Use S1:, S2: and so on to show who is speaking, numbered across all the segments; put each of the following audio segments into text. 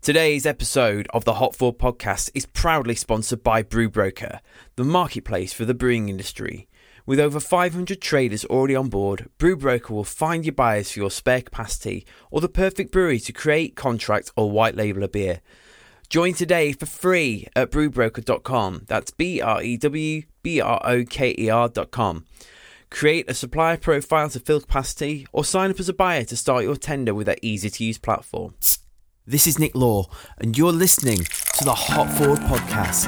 S1: Today's episode of the Hot 4 podcast is proudly sponsored by Brewbroker, the marketplace for the brewing industry. With over 500 traders already on board, Brewbroker will find your buyers for your spare capacity or the perfect brewery to create, contract, or white label a beer. Join today for free at brewbroker.com. That's B R E W B R O K E R.com. Create a supplier profile to fill capacity or sign up as a buyer to start your tender with their easy to use platform. This is Nick Law, and you're listening to the Hot Forward Podcast,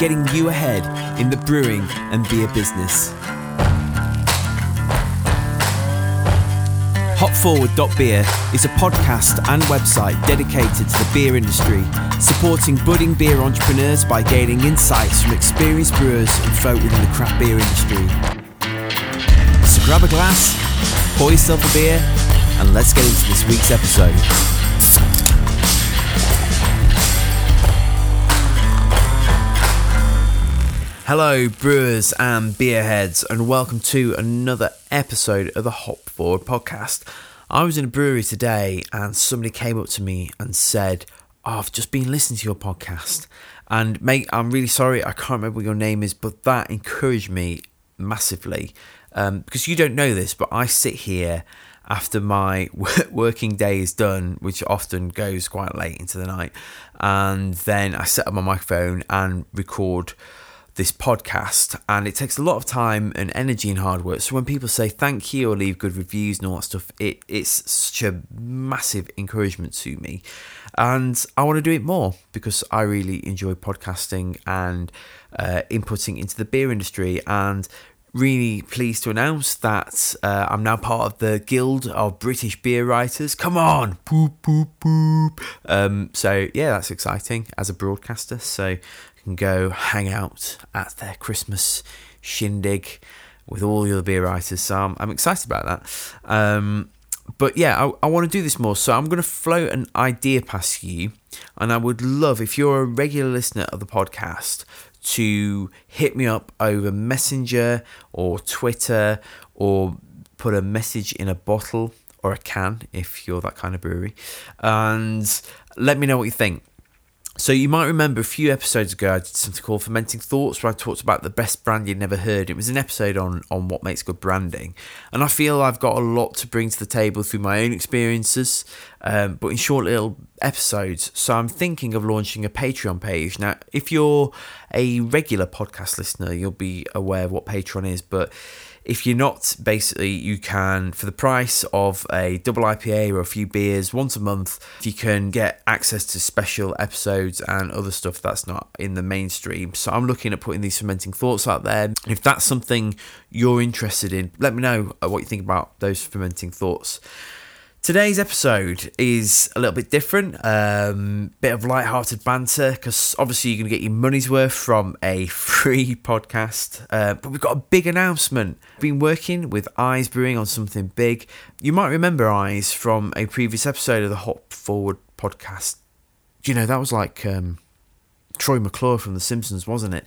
S1: getting you ahead in the brewing and beer business. HotForward.beer is a podcast and website dedicated to the beer industry, supporting budding beer entrepreneurs by gaining insights from experienced brewers and folk within the craft beer industry. So grab a glass, pour yourself a beer, and let's get into this week's episode. Hello, brewers and beerheads, and welcome to another episode of the Hop Forward podcast. I was in a brewery today, and somebody came up to me and said, "Oh, "I've just been listening to your podcast, and mate, I'm really sorry, I can't remember what your name is, but that encouraged me massively um, because you don't know this, but I sit here after my wo- working day is done, which often goes quite late into the night, and then I set up my microphone and record this podcast and it takes a lot of time and energy and hard work so when people say thank you or leave good reviews and all that stuff it, it's such a massive encouragement to me and i want to do it more because i really enjoy podcasting and uh, inputting into the beer industry and really pleased to announce that uh, I'm now part of the Guild of British Beer Writers. Come on, poop, poop, poop. Um, so yeah, that's exciting as a broadcaster. So you can go hang out at their Christmas shindig with all the other beer writers. So I'm, I'm excited about that. Um, but yeah, I, I want to do this more. So I'm going to float an idea past you. And I would love, if you're a regular listener of the podcast, to hit me up over Messenger or Twitter or put a message in a bottle or a can if you're that kind of brewery and let me know what you think. So you might remember a few episodes ago I did something called Fermenting Thoughts where I talked about the best brand you'd never heard. It was an episode on on what makes good branding, and I feel I've got a lot to bring to the table through my own experiences, um, but in short little episodes. So I'm thinking of launching a Patreon page. Now, if you're a regular podcast listener, you'll be aware of what Patreon is, but if you're not, basically, you can, for the price of a double IPA or a few beers once a month, you can get access to special episodes and other stuff that's not in the mainstream. So I'm looking at putting these fermenting thoughts out there. If that's something you're interested in, let me know uh, what you think about those fermenting thoughts. Today's episode is a little bit different, um, bit of light-hearted banter because obviously you're going to get your money's worth from a free podcast. Uh, but we've got a big announcement. Been working with Eyes Brewing on something big. You might remember Eyes from a previous episode of the Hop Forward podcast. You know that was like um, Troy McClure from The Simpsons, wasn't it?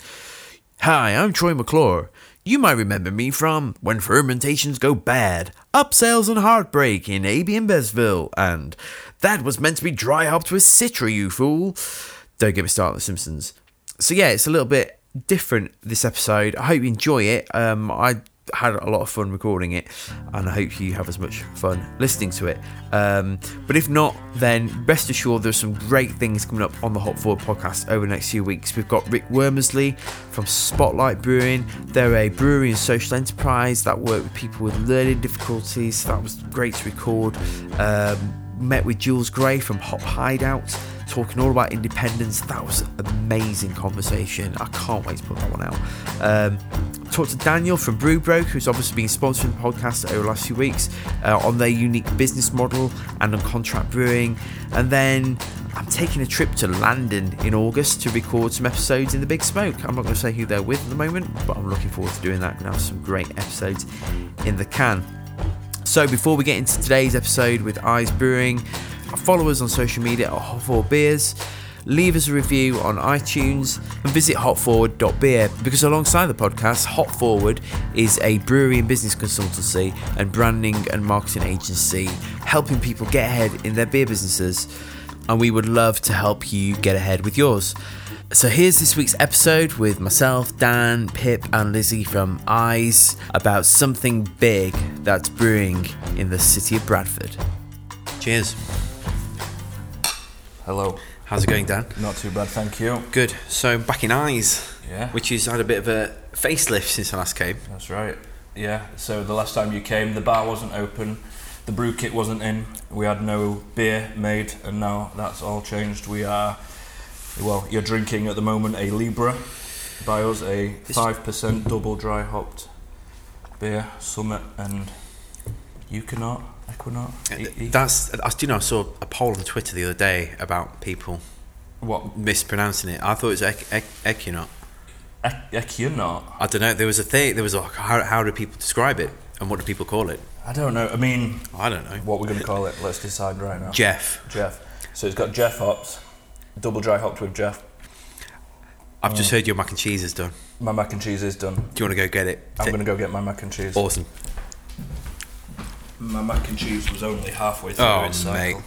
S1: Hi, I'm Troy McClure. You might remember me from When Fermentations Go Bad, Upsales and Heartbreak in AB Besville, and That Was Meant to Be Dry Hopped with Citra, you fool. Don't get me started on The Simpsons. So, yeah, it's a little bit different this episode. I hope you enjoy it. Um, I had a lot of fun recording it, and I hope you have as much fun listening to it. Um, but if not, then rest assured there's some great things coming up on the Hot Forward podcast over the next few weeks. We've got Rick Wormersley from Spotlight Brewing. They're a brewery and social enterprise that work with people with learning difficulties. That was great to record. Um, met with Jules Gray from Hop Hideout, talking all about independence. That was an amazing conversation. I can't wait to put that one out. Um, talked to Daniel from Brewbroke, who's obviously been sponsoring the podcast over the last few weeks uh, on their unique business model and on contract brewing. And then I'm taking a trip to London in August to record some episodes in the Big Smoke. I'm not going to say who they're with at the moment, but I'm looking forward to doing that. Now, some great episodes in the can. So before we get into today's episode with Eyes Brewing, follow us on social media at Hot Forward Beers, leave us a review on iTunes, and visit hotforward.beer because alongside the podcast, Hot Forward is a brewery and business consultancy and branding and marketing agency helping people get ahead in their beer businesses. and we would love to help you get ahead with yours. So here's this week's episode with myself, Dan, Pip, and Lizzie from Eyes about something big that's brewing in the city of Bradford. Cheers.
S2: Hello.
S1: How's it going, Dan?
S2: Not too bad, thank you.
S1: Good. So back in Eyes,
S2: Yeah.
S1: which has had a bit of a facelift since I last came.
S2: That's right. Yeah. So the last time you came, the bar wasn't open, the brew kit wasn't in, we had no beer made, and now that's all changed. We are, well, you're drinking at the moment a Libra by us, a five percent double dry hopped beer, Summit and Euconaut, Equinaut. E- e-
S1: That's. I do you know. I saw a poll on Twitter the other day about people
S2: what?
S1: mispronouncing it. I thought it was ec- ec- Equinot.
S2: E- Equinaut.
S1: I don't know. There was a thing. There was a how, how do people describe it and what do people call it?
S2: I don't know. I mean,
S1: I don't know.
S2: what we're going to call it? Let's decide right now.
S1: Jeff.
S2: Jeff. So it's got Jeff hops, double dry hopped with Jeff.
S1: I've just heard your mac and cheese is done.
S2: My mac and cheese is done.
S1: Do you want to go get it?
S2: I'm
S1: T-
S2: going to go get my mac and cheese.
S1: Awesome.
S2: My mac and cheese was only halfway through
S1: Oh
S2: its
S1: mate.
S2: cycle.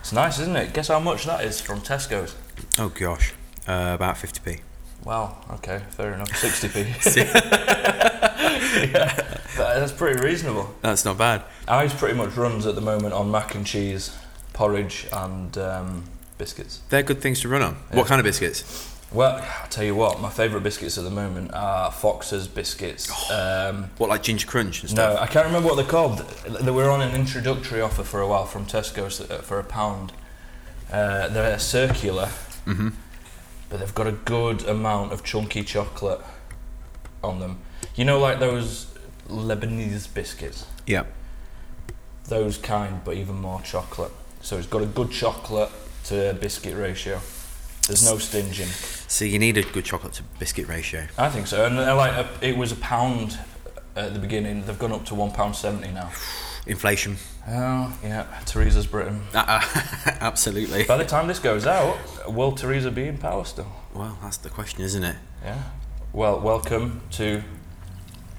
S2: It's nice, isn't it? Guess how much that is from Tesco's?
S1: Oh gosh. Uh, about fifty p.
S2: Wow, okay, fair enough. 60p. yeah, that- that's pretty reasonable.
S1: That's not bad.
S2: Ours pretty much runs at the moment on mac and cheese, porridge, and um, biscuits.
S1: They're good things to run on. What kind of biscuits?
S2: Well, I'll tell you what, my favourite biscuits at the moment are Fox's biscuits. Um,
S1: What like ginger crunch and stuff?
S2: No, I can't remember what they're called. They were on an introductory offer for a while from Tesco s- uh, for a pound. Uh, they're circular, but they've got a good amount of chunky chocolate on them. You know, like those Lebanese biscuits,
S1: Yeah.
S2: those kind, but even more chocolate. So it's got a good chocolate to biscuit ratio. There's no stinging.
S1: So you need a good chocolate to biscuit ratio.
S2: I think so. And they're like a, it was a pound at the beginning. They've gone up to one pound seventy now.
S1: Inflation.
S2: Oh yeah, Teresa's Britain.
S1: Uh, uh, absolutely.
S2: By the time this goes out, will Theresa be in power still?
S1: Well, that's the question, isn't it?
S2: Yeah. Well, welcome to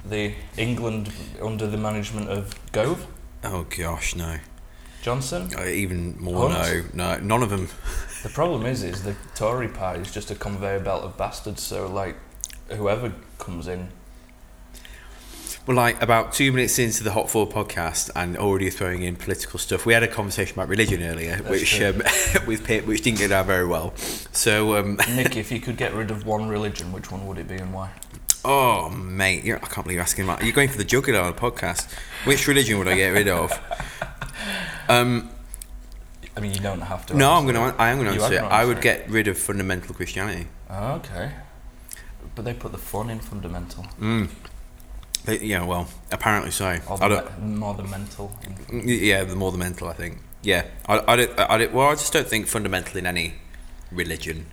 S2: the England under the management of Gove,
S1: Oh gosh, no.
S2: Johnson.
S1: Uh, even more
S2: Hunt?
S1: no, no, none of them.
S2: The problem is, is the Tory party is just a conveyor belt of bastards. So like, whoever comes in,
S1: We're like about two minutes into the Hot Four podcast and already throwing in political stuff. We had a conversation about religion earlier, which
S2: true.
S1: um, with Pip, which didn't go down very well. So, um,
S2: Nick, if you could get rid of one religion, which one would it be and why?
S1: oh mate, you're, I can't believe you're asking that. You're going for the jugular on a podcast. Which religion would I get rid of?
S2: I mean, you don't have to.
S1: No, I'm
S2: answer
S1: going to. I am going
S2: You
S1: to
S2: are
S1: answer it.
S2: gonna
S1: I
S2: answer
S1: would
S2: it.
S1: get rid of fundamental Christianity.
S2: Oh, Okay. But they put the fun in fundamental,
S1: Mm, They, yeah, well, apparently so.
S2: or
S1: I don't.
S2: the, me- more the mental. In
S1: Yeah, the more the mental, I think. Yeah, I, I don't. I don't. Well, I just don't think fundamental in any religion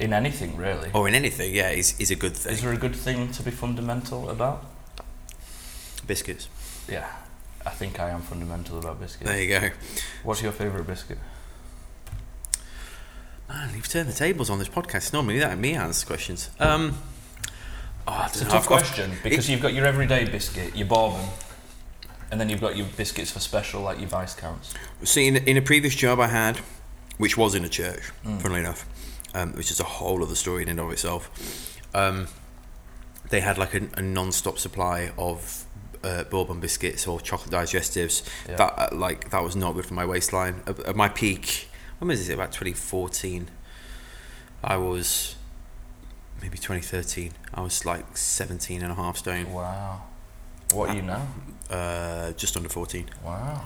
S2: in anything really.
S1: or in anything. Yeah, is is a good thing.
S2: Is there a good thing to be fundamental about?
S1: Biscuits.
S2: Yeah, I think I am fundamental about biscuits.
S1: There you go.
S2: What's your favourite biscuit?
S1: Man, Ah, you've turned the tables on this podcast. Normally, that and me answer questions. Um, oh, I
S2: It's
S1: don't
S2: a
S1: know.
S2: tough
S1: I've got-
S2: question because you've got your everyday biscuit, your bourbon, and then you've got your biscuits for special, like your vice counts.
S1: See, in, in a previous job I had, which was in a church, funnily enough, um, which is a whole other story in and of itself, um, they had like a, a non-stop supply of uh, bourbon biscuits or chocolate digestives.
S2: Yeah.
S1: That uh, like that was not good for my waistline. At, at my peak, when was it? About 2014. I was maybe 2013. I was like 17 and a half stone,
S2: Wow, what are you now?
S1: uh, just under 14.
S2: Wow,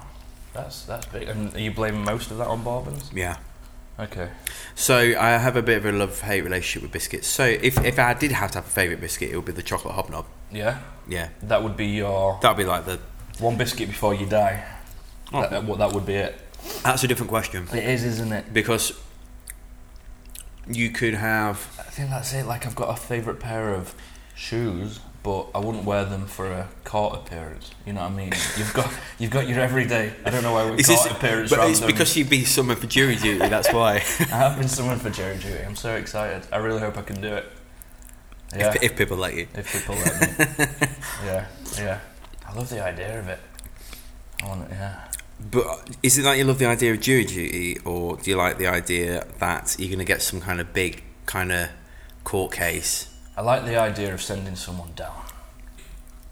S2: that's that's big. And you blame most of that on bourbons?
S1: Yeah.
S2: Okay.
S1: So I have a bit of a love hate relationship with biscuits. So if, if I did have to have a favourite biscuit, it would be the chocolate hobnob.
S2: Yeah,
S1: Yeah,
S2: that would be your
S1: that'd be like the.
S2: one biscuit before you die.
S1: Oh.
S2: That, that, what- that would be it.
S1: That's a different question
S2: It is, isn't it?
S1: because you could have.
S2: I think that's it. Like I've got a favourite pair of shoes, but I wouldn't wear them for a court appearance. You know what I mean? You've got you've got your everyday. I don't know why we
S1: Is
S2: court
S1: this-
S2: appearance.
S1: but
S2: rather
S1: it's
S2: than-
S1: because you'd be summoned for jury duty. That's why.
S2: I have been summoned for jury duty. I'm so excited. I really hope I can do it. Yeah,
S1: if,
S2: if,
S1: if people let you.
S2: people let me. yeah, yeah. I love the idea of it. I want it. Yeah.
S1: But is it like you love the idea of jury duty, or do you like the idea that you're going to get some kind of big kind of court case?
S2: I like the idea of sending someone down,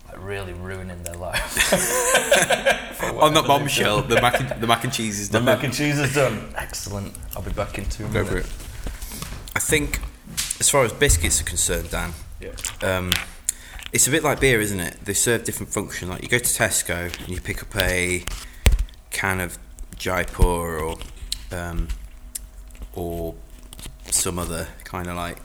S2: like really ruining their life.
S1: On that Oh, bombshell, the mac and, the mac and cheese is
S2: The
S1: done.
S2: mac and cheese is done. Excellent. I'll be back in two
S1: Go
S2: minutes.
S1: for it. I think, as far as biscuits are concerned, Dan, um, it's a bit like beer, isn't it? They serve different function. Like you go to Tesco and you pick up a can of Jaipur or um, or some other kind of like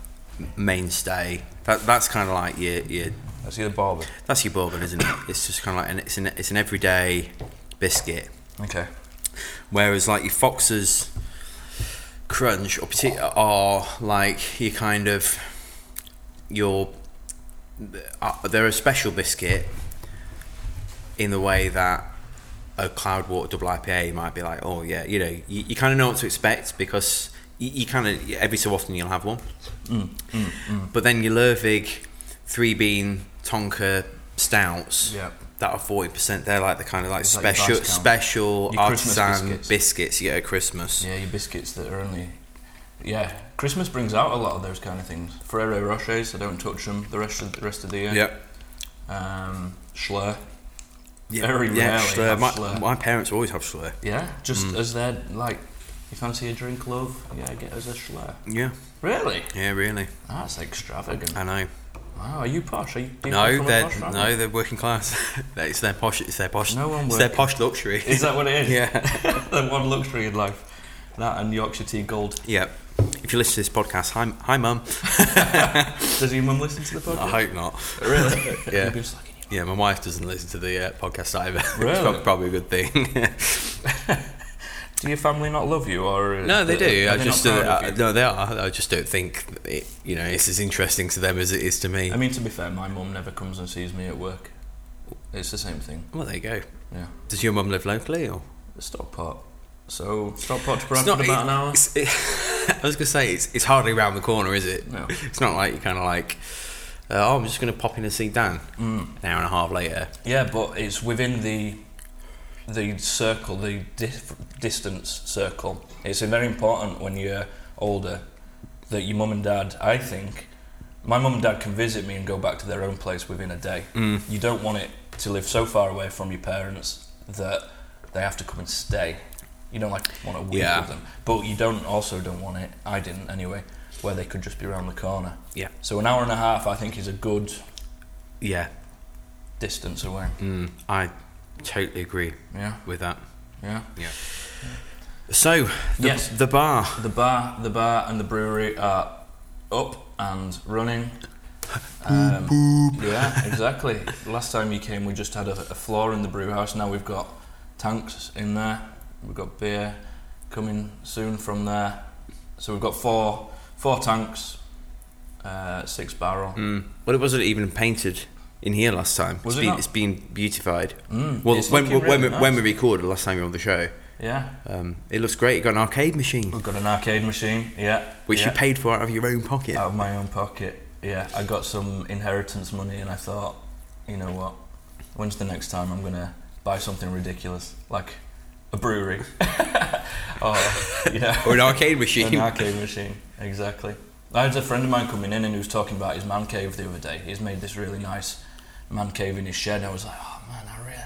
S1: mainstay. That, that's kind of like your, your
S2: I see the barber.
S1: that's your bourbon, isn't it? It's just kind of like an, it's an it's an everyday biscuit.
S2: Okay.
S1: Whereas like your Foxes crunch or partic- are like your kind of your uh, they're a special biscuit in the way that a cloud water double IPA might be like oh yeah you know you, you kind of know what to expect because you, you kind of every so often you'll have one but then your Lurvig three bean tonka stouts
S2: Yeah.
S1: that are forty percent. They're like the kind of like
S2: It's like your
S1: special
S2: Bascom.
S1: special
S2: Your Christmas
S1: artisan
S2: biscuits.
S1: biscuits. you get at Christmas.
S2: Yeah, your biscuits that are only. Yeah, Christmas brings out a lot of those kind of things. Ferrero Rochers, I don't touch them the rest of the rest of the year.
S1: Yep.
S2: Um, Schlur.
S1: Yeah,
S2: Very
S1: yeah,
S2: rarely
S1: Schlur.
S2: have
S1: My,
S2: Schlur.
S1: my parents always have Schlur.
S2: Yeah, just
S1: Mm.
S2: as they're like, you fancy a drink, love? Yeah, get us a Schlur.
S1: Yeah,
S2: Really?
S1: yeah, really.
S2: That's extravagant.
S1: I know.
S2: Wow, are you posh? Are you do you come
S1: no,
S2: from a
S1: they're
S2: posh family?
S1: no, they're working class. it's their posh. It's their posh.
S2: No one
S1: it's their
S2: working.
S1: posh luxury.
S2: Is that what it is?
S1: yeah,
S2: the one luxury in life. That and Yorkshire tea gold.
S1: yeah. If you listen to this podcast, hi, hi, mum.
S2: Does your mum listen to the
S1: I
S2: podcast?
S1: hope not.
S2: Really?
S1: Yeah.
S2: You'd be just like,
S1: Yeah, my wife doesn't listen to the uh, podcast either.
S2: Really?
S1: it's prob- probably a good thing.
S2: Do your family not love you, or
S1: No, they do.
S2: Are
S1: I
S2: they
S1: just
S2: not
S1: uh,
S2: proud of
S1: I-
S2: you?
S1: no, they are. I just don't think it, you know it's as interesting to them as it is to me.
S2: I mean, to be fair, my mum never comes and sees me at work. It's the same thing.
S1: well, there you go.
S2: Yeah.
S1: Does your mum live locally or?
S2: Stockport. So Stockport to
S1: It's e-
S2: Bradford
S1: it-
S2: about an hour.
S1: it's- it- I was gonna say it's, it's hardly round the corner, is it?
S2: No.
S1: It's not like you kind of like, uh, oh, I'm just gonna pop in and see Dan
S2: Mm.
S1: an hour and a half later.
S2: Yeah, but it's within the the circle, the dif- distance circle. It's very important when you're older that your mum and dad. I think my mum and dad can visit me and go back to their own place within a day. You don't want it to live so far away from your parents that they have to come and stay. You don't like want a week
S1: Yeah.
S2: with them, but you don't also don't want it. I didn't anyway, where they could just be around the corner.
S1: Yeah.
S2: So an hour and a half, I think, is a good
S1: Yeah.
S2: distance away.
S1: Mm, I totally agree
S2: Yeah.
S1: with that.
S2: Yeah.
S1: Yeah. So the,
S2: Yes.
S1: the bar.
S2: The bar, the bar, and the brewery are up and running. Um, Yeah, exactly. Last time you came, we just had a, a floor in the brew house. Now we've got tanks in there. We've got beer coming soon from there. So we've got four four tanks, uh, six barrel.
S1: Mm. Well, it wasn't even painted in here last time.
S2: Was
S1: It's
S2: it
S1: been
S2: not?
S1: it's been beautified.
S2: Mm,
S1: Well,
S2: it's
S1: when
S2: looking
S1: when,
S2: really
S1: we, when
S2: nice.
S1: we recorded last time you were on the show,
S2: Yeah,
S1: um, it looks great. You got an arcade machine,
S2: we've got an arcade machine. Yeah,
S1: which
S2: Oh, yeah. Oh.
S1: you paid for out of your own pocket.
S2: out of my own pocket. Yeah, I got some inheritance money, and I thought, you know what? When's the next time I'm gonna buy something ridiculous like a brewery or you know
S1: Or an arcade machine.
S2: an arcade machine? Exactly. I had a friend of mine coming in, and he was talking about his man cave the other day. He's made this really nice man cave in his shed. I was like, oh man, I really,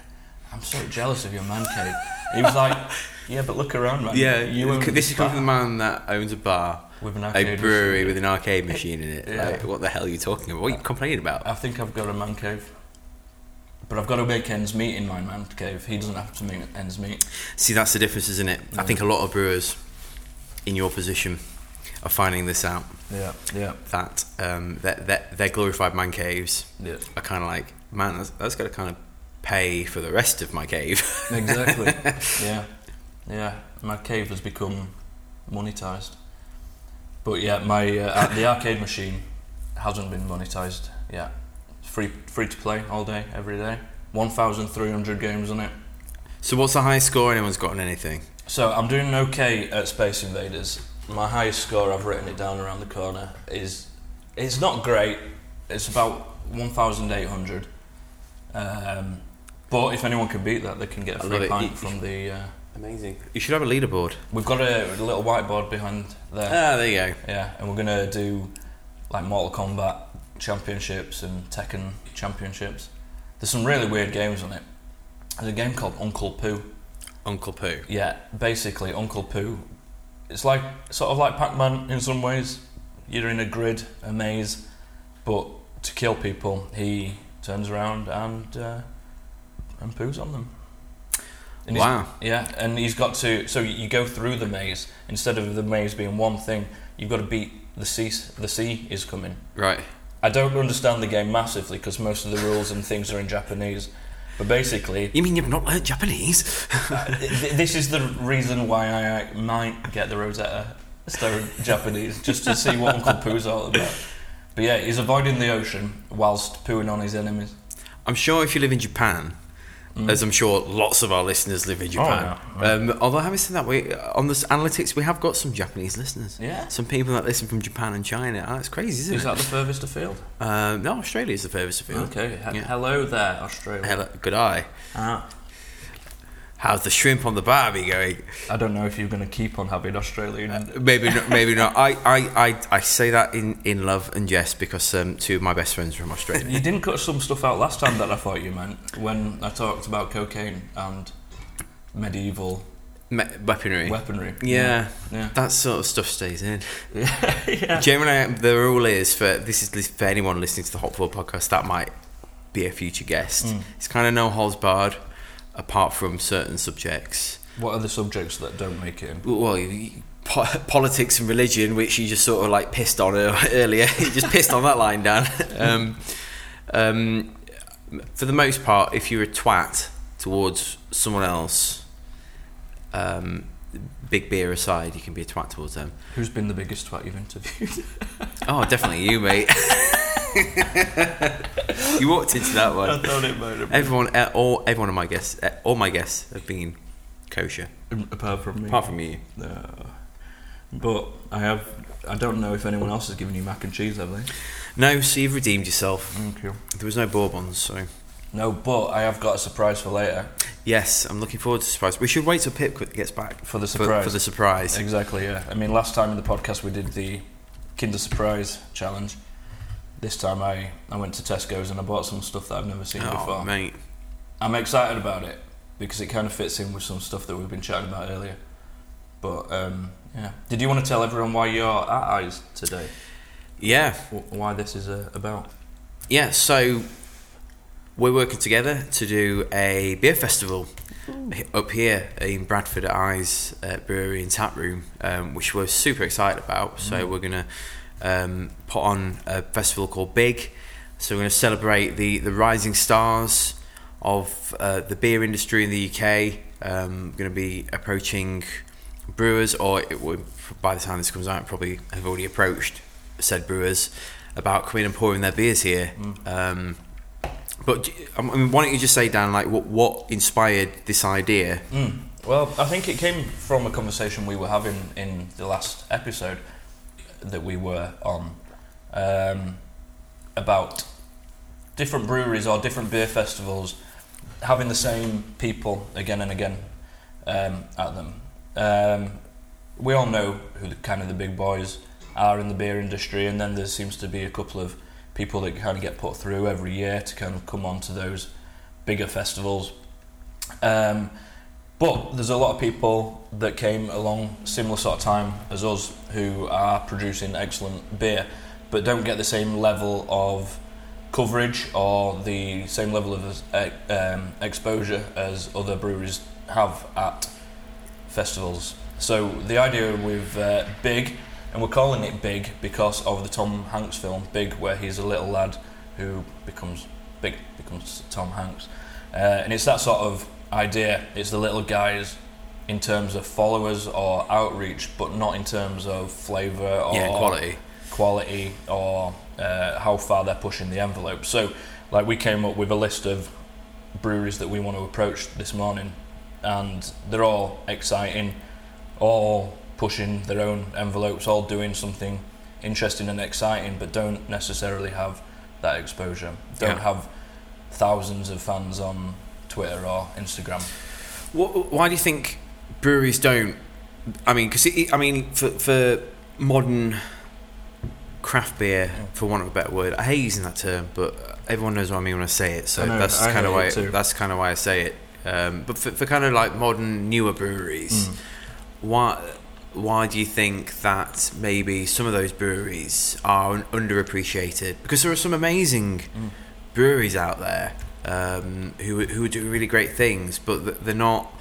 S2: I'm so jealous of your man cave. He was like, yeah, but look around, man.
S1: yeah,
S2: you
S1: you
S2: own
S1: this is
S2: that."
S1: coming from the man that owns a bar,
S2: With an
S1: a
S2: arcade
S1: brewery
S2: machine.
S1: with an arcade machine in it.
S2: Yeah.
S1: Like, what the hell are you talking about? What are you complaining about?
S2: I think I've got a man cave. But I've got to make ends meet in my man cave. He doesn't have to make ends meet.
S1: See, that's the difference, isn't it? I think a lot of brewers in your position are finding this out
S2: Yeah, yeah,
S1: that um, their, their, their glorified man caves
S2: yeah.
S1: are kind of like, man, that's, that's got to kind of pay for the rest of my cave.
S2: Exactly. yeah, yeah. My cave has become monetized. But yeah, my uh, ar- the arcade machine hasn't been monetized yet. It's free, free to play all day, every day. 1,300 games on it.
S1: so, what's the highest score anyone's got on anything?
S2: So I'm doing okay at Space Invaders. My highest score, I've written it down around the corner, is it's not great. It's about 1,800. Um, But if anyone can beat that, they can get a
S1: I love
S2: free
S1: it.
S2: pint
S1: You-
S2: from the. Uh,
S1: Amazing. You should have a leaderboard.
S2: we've got a little whiteboard behind there.
S1: Ah, there you go.
S2: yeah, and we're gonna do like Mortal Kombat championships and Tekken championships. There's some really weird games on it. There's a game called Uncle Poo.
S1: Uncle Pooh.
S2: Yeah, basically Uncle Poo. It's like sort of like Pac-Man in some ways. You're in a grid, a maze, but to kill people, he turns around and uh, and poos on them. And he's-
S1: Wow.
S2: Yeah, and he's got to. So you go through the maze instead of the maze being one thing. You've got to beat the sea. The sea is coming.
S1: Right.
S2: I don't understand the game massively because most of the rules and things are in Japanese. But basically,
S1: You mean you've not learnt Japanese?
S2: Th- this is the reason why I uh, might get the Rosetta Stone Japanese just to see what Uncle Pooh's all about. But yeah, he's avoiding the ocean whilst pooing on his enemies.
S1: I'm sure if you live in Japan, as I'm sure lots of our listeners live in Japan.
S2: yeah.
S1: Um, although having said that, we on this analytics we have got some Japanese listeners.
S2: Yeah.
S1: Some people that listen from Japan and China. Ah, That's crazy, isn't
S2: Is
S1: it?
S2: that the furthest afield?
S1: um, no, Australia is the furthest afield.
S2: Okay. he-
S1: Yeah.
S2: Hello there, Australia.
S1: Hello, good eye.
S2: Ah.
S1: How's the shrimp on the barbie going?
S2: I don't know if you're going to keep on having Australian.
S1: Maybe not. Maybe not. I, I, I, I say that in, in love and jest because um, two of my best friends are from Australia.
S2: you didn't cut some stuff out last time that I thought you meant when I talked about cocaine and medieval
S1: Me- weaponry.
S2: weaponry.
S1: yeah,
S2: Yeah.
S1: that sort of stuff stays in.
S2: yeah.
S1: Generally, the rule is for this is for anyone listening to the Hot Four podcast that might be a future guest. It's kind of no holds barred, apart from certain subjects.
S2: What are the subjects that don't make it in?
S1: Well, you- you- po- politics and religion, which you just sort of like pissed on ear- earlier. you just pissed on that line down. Um, um, for the most part, if you're a twat towards someone else, um, big beer aside, you can be a twat towards them.
S2: Who's been the biggest twat you've interviewed?
S1: Oh, definitely you, mate. you walked into that one.
S2: thought it might have
S1: Everyone, uh, all everyone of my guests, uh, all my guests have been kosher,
S2: been. Apart from me.
S1: apart from you.
S2: No. But I have. I don't know if anyone else has given you mac and cheese, have they?
S1: No, so you've redeemed yourself.
S2: Thank you.
S1: There was no bourbons, so
S2: No, but I have got a surprise for later.
S1: yes, I'm looking forward to the surprise. We should wait till Pip gets back
S2: For the
S1: for,
S2: surprise.
S1: for the surprise.
S2: Exactly, yeah. I mean, last time in the podcast we did the Kinder Surprise challenge. This time I, I went to Tesco's and I bought some stuff that I've never seen
S1: Oh,
S2: before.
S1: mate,
S2: I'm excited about it because it kind of fits in with some stuff that we've been chatting about earlier. But um, yeah, did you want to tell everyone why you're at Eyes today?
S1: yeah,
S2: Wh- Why this is uh, about?
S1: yeah. So we're working together to do a beer festival h- up here in Bradford at Eyes uh, Brewery and Tap Room, um, which we're super excited about. So we're gonna um, put on a festival called Big. So we're gonna celebrate the the rising stars of uh, the beer industry in the UK. Um, we're gonna be approaching brewers, or it would, by the time this comes out, probably have already approached said brewers about coming and pouring their beers here. Um, but do- I mean, why don't you just say, Dan, like what what inspired this idea?
S2: Well, I think it came from a conversation we were having in the last episode that we were on um, about different breweries or different beer festivals having the same people again and again um, at them. Um, we all know who the, kind of the big boys are in the beer industry, and then there seems to be a couple of people that kind of get put through every year to kind of come on to those bigger festivals. Um, but there's a lot of people that came along similar sort of time as us who are producing excellent beer, but don't get the same level of coverage or the same level of uh, um, exposure as other breweries have at festivals. So the idea with uh, Big, and we're calling it Big because of the Tom Hanks film Big, where he's a little lad who becomes big, becomes Tom Hanks, uh, and it's that sort of idea. It's the little guys in terms of followers or outreach, but not in terms of flavour or
S1: yeah, quality.
S2: quality or uh, how far they're pushing the envelope. So, like, we came up with a list of breweries that we want to approach this morning, and they're all exciting, all pushing their own envelopes, all doing something interesting and exciting, but don't necessarily have that exposure. Don't
S1: Yeah.
S2: have thousands of fans on Twitter or Instagram.
S1: Wh- why do you think breweries don't? I mean, because I mean, for, for modern craft beer, for want of a better word, I hate using that term, but everyone knows what I mean when I say it. So
S2: I know,
S1: that's
S2: I
S1: kind of
S2: hate
S1: why
S2: it too.
S1: that's kind of why I say it. Um, but for, for kind of like modern newer
S2: Mm.
S1: breweries, why why do you think that maybe some of those breweries are un- underappreciated? Because there are some amazing breweries out there um, who who do really great things, but th- they're not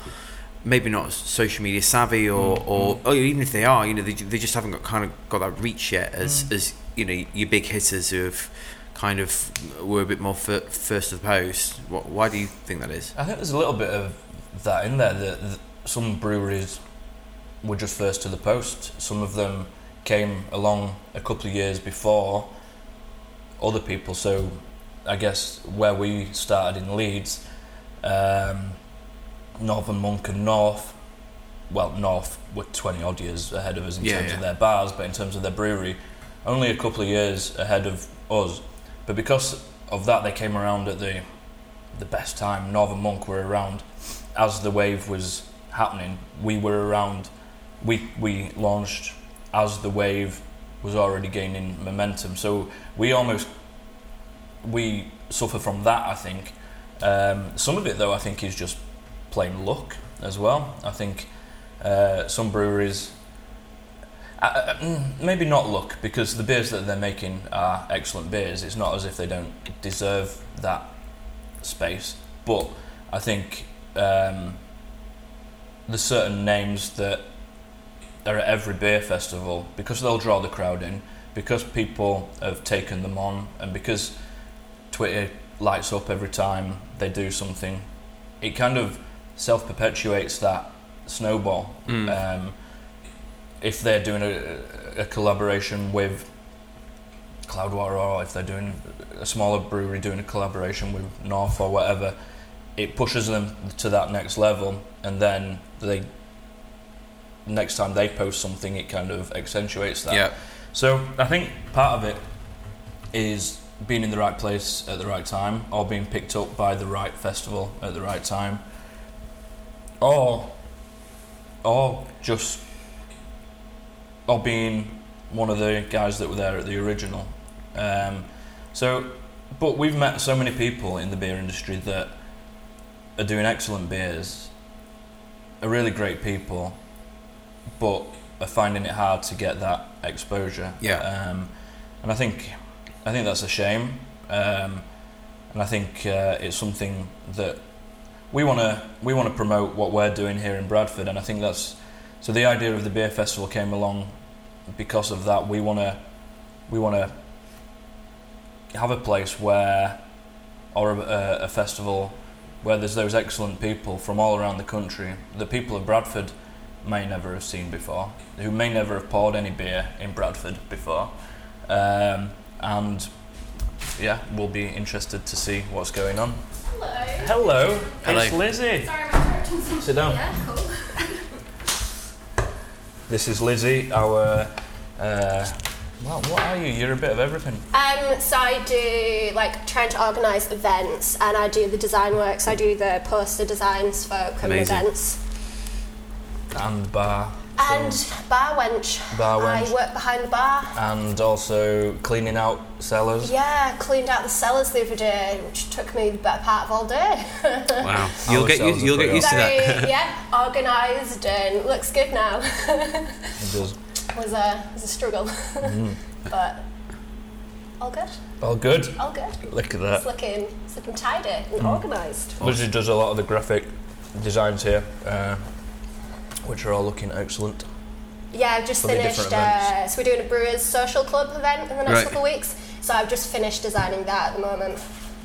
S1: maybe not social media savvy or or, or even if they are, you know, they, ju- they just haven't got kind of got that reach yet as as you know your big hitters who have kind of were a bit more fir- first of the post. What, why do you think that is?
S2: I think there's a little bit of that in there. That, that some breweries were just first to the post. Some of them came along a couple of years before other people. So I guess where we started in Leeds, um, Northern Monk and North, well, North were 20 odd years ahead of us in
S1: Yeah,
S2: terms of
S1: yeah.
S2: their bars, but in terms of their brewery, only a couple of years ahead of us. But because of that, they came around at the the best time Northern Monk were around as the wave was happening. We were around. We we launched as the wave was already gaining momentum. So we almost we suffer from that. I think um, some of it though. I think is just plain luck as well. I think uh, some breweries. I- I- mm, Maybe not luck because the beers that they're making are excellent beers. It's not as if they don't deserve that space. But I think um, there's certain names that are at every beer festival because they'll draw the crowd in, because people have taken them on, and because Twitter lights up every time they do something. It kind of self perpetuates that snowball. Um, if they're doing a, a collaboration with Cloudwater or if they're doing a smaller brewery doing a collaboration with North or whatever, it pushes them to that next level, and then they next time they post something, it kind of accentuates that.
S1: Yeah.
S2: So I think part of it is being in the right place at the right time, or being picked up by the right festival at the right time, or or just or being one of the guys that were there at the original. Um, so, but we've met so many people in the beer industry that are doing excellent beers, are really great people, but are finding it hard to get that exposure.
S1: Yeah.
S2: Um, and I think, I think that's a shame. Um, and I think uh, it's something that we want to we want to promote what we're doing here in Bradford, and I think that's so. The idea of the beer festival came along because of that. We want to we want to have a place where or a, a festival where there's those excellent people from all around the country, the people of Bradford may never have seen before, who may never have poured any beer in Bradford before, um, and yeah, we'll be interested to see what's going on.
S3: Hello.
S2: Hello,
S1: Hello.
S2: it's Lizzie.
S3: Sorry, my throat was-
S2: Sit down.
S3: Yeah, cool.
S2: This is Lizzie, our. Uh, well, what are you? You're a bit of everything.
S3: Um, so I do like trying to organise events, and I do the design work. So I do the poster designs for upcoming
S1: Amazing.
S3: events.
S2: And bar.
S3: And
S2: so-
S3: bar wench.
S2: Bar wench.
S3: I work behind the bar.
S2: and also cleaning out cellars.
S3: Yeah, cleaned out the cellars the other day, which took me the better part of all day.
S1: Wow, you'll get
S2: Ourselves
S1: used, you'll
S2: are
S1: get
S2: pretty
S1: used to that.
S3: Very yeah, organised and looks good now.
S2: It does.
S3: was a was a struggle,
S1: Mm.
S3: but all good,
S2: All good.
S3: all good.
S2: Look at
S3: It's
S2: that.
S3: looking it's looking tidy and organised.
S2: Lizzie does a lot of the graphic designs here, uh, which are all looking excellent.
S3: Yeah, I've just
S2: Probably
S3: finished.
S2: different
S3: Uh,
S2: events.
S3: so we're doing a brewers social club event in the next
S1: Right.
S3: couple of weeks. So I've just finished designing that at the moment.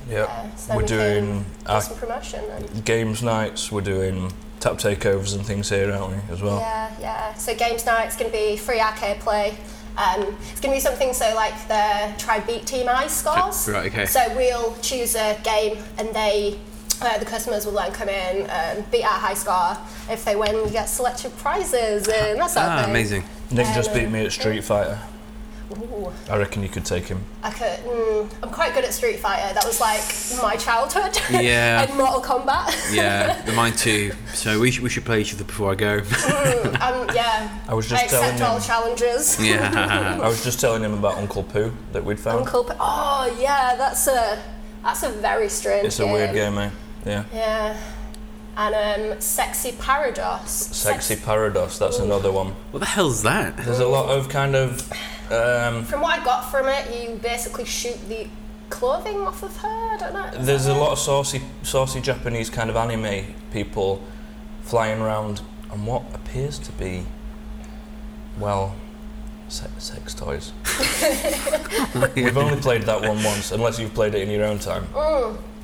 S2: Yeah.
S3: Uh, so then
S2: we're
S3: we
S2: doing
S3: can do
S2: our
S3: some promotion. And,
S2: games nights. We're doing tap takeovers and things here, aren't we? As well.
S3: Yeah, yeah. So games night's going to be free arcade play. Um, it's going to be something so like the try beat team I scores.
S1: Right, okay.
S3: So we'll choose a game and they. Uh, the customers will then come in, um, beat our high score. If they win, you get selected prizes and that sort of
S1: Ah,
S3: thing.
S1: amazing.
S2: Nick just beat
S3: Um,
S2: me at Street Fighter.
S3: Ooh,
S2: I reckon you could take him.
S3: I could. Mm, I'm quite good at Street Fighter. That was like my childhood.
S1: Yeah.
S3: and Mortal Kombat.
S1: Yeah, the mine too. So we should, we should play each other before I go.
S3: um, yeah.
S2: I was just
S3: I accept
S2: telling
S3: all
S2: him.
S3: challenges.
S1: Mm. yeah.
S2: I was just telling him about Uncle Pooh that we'd found.
S3: Uncle. P- oh yeah, that's a that's a very strange.
S2: it's a weird game, eh? Yeah.
S3: Yeah. And um, sexy paradox.
S2: Sexy
S3: Sex-
S2: Paradox, that's another one.
S1: What the hell's that?
S2: There's a lot of kind of. Um,
S3: From what I got from it, you basically shoot the clothing off of her. I don't know. Is
S2: there's
S3: that
S2: a
S3: right?
S2: lot of saucy, saucy Japanese kind of anime people flying around on what appears to be, well, se- sex toys. We've only played that one once, unless you've played it in your own time.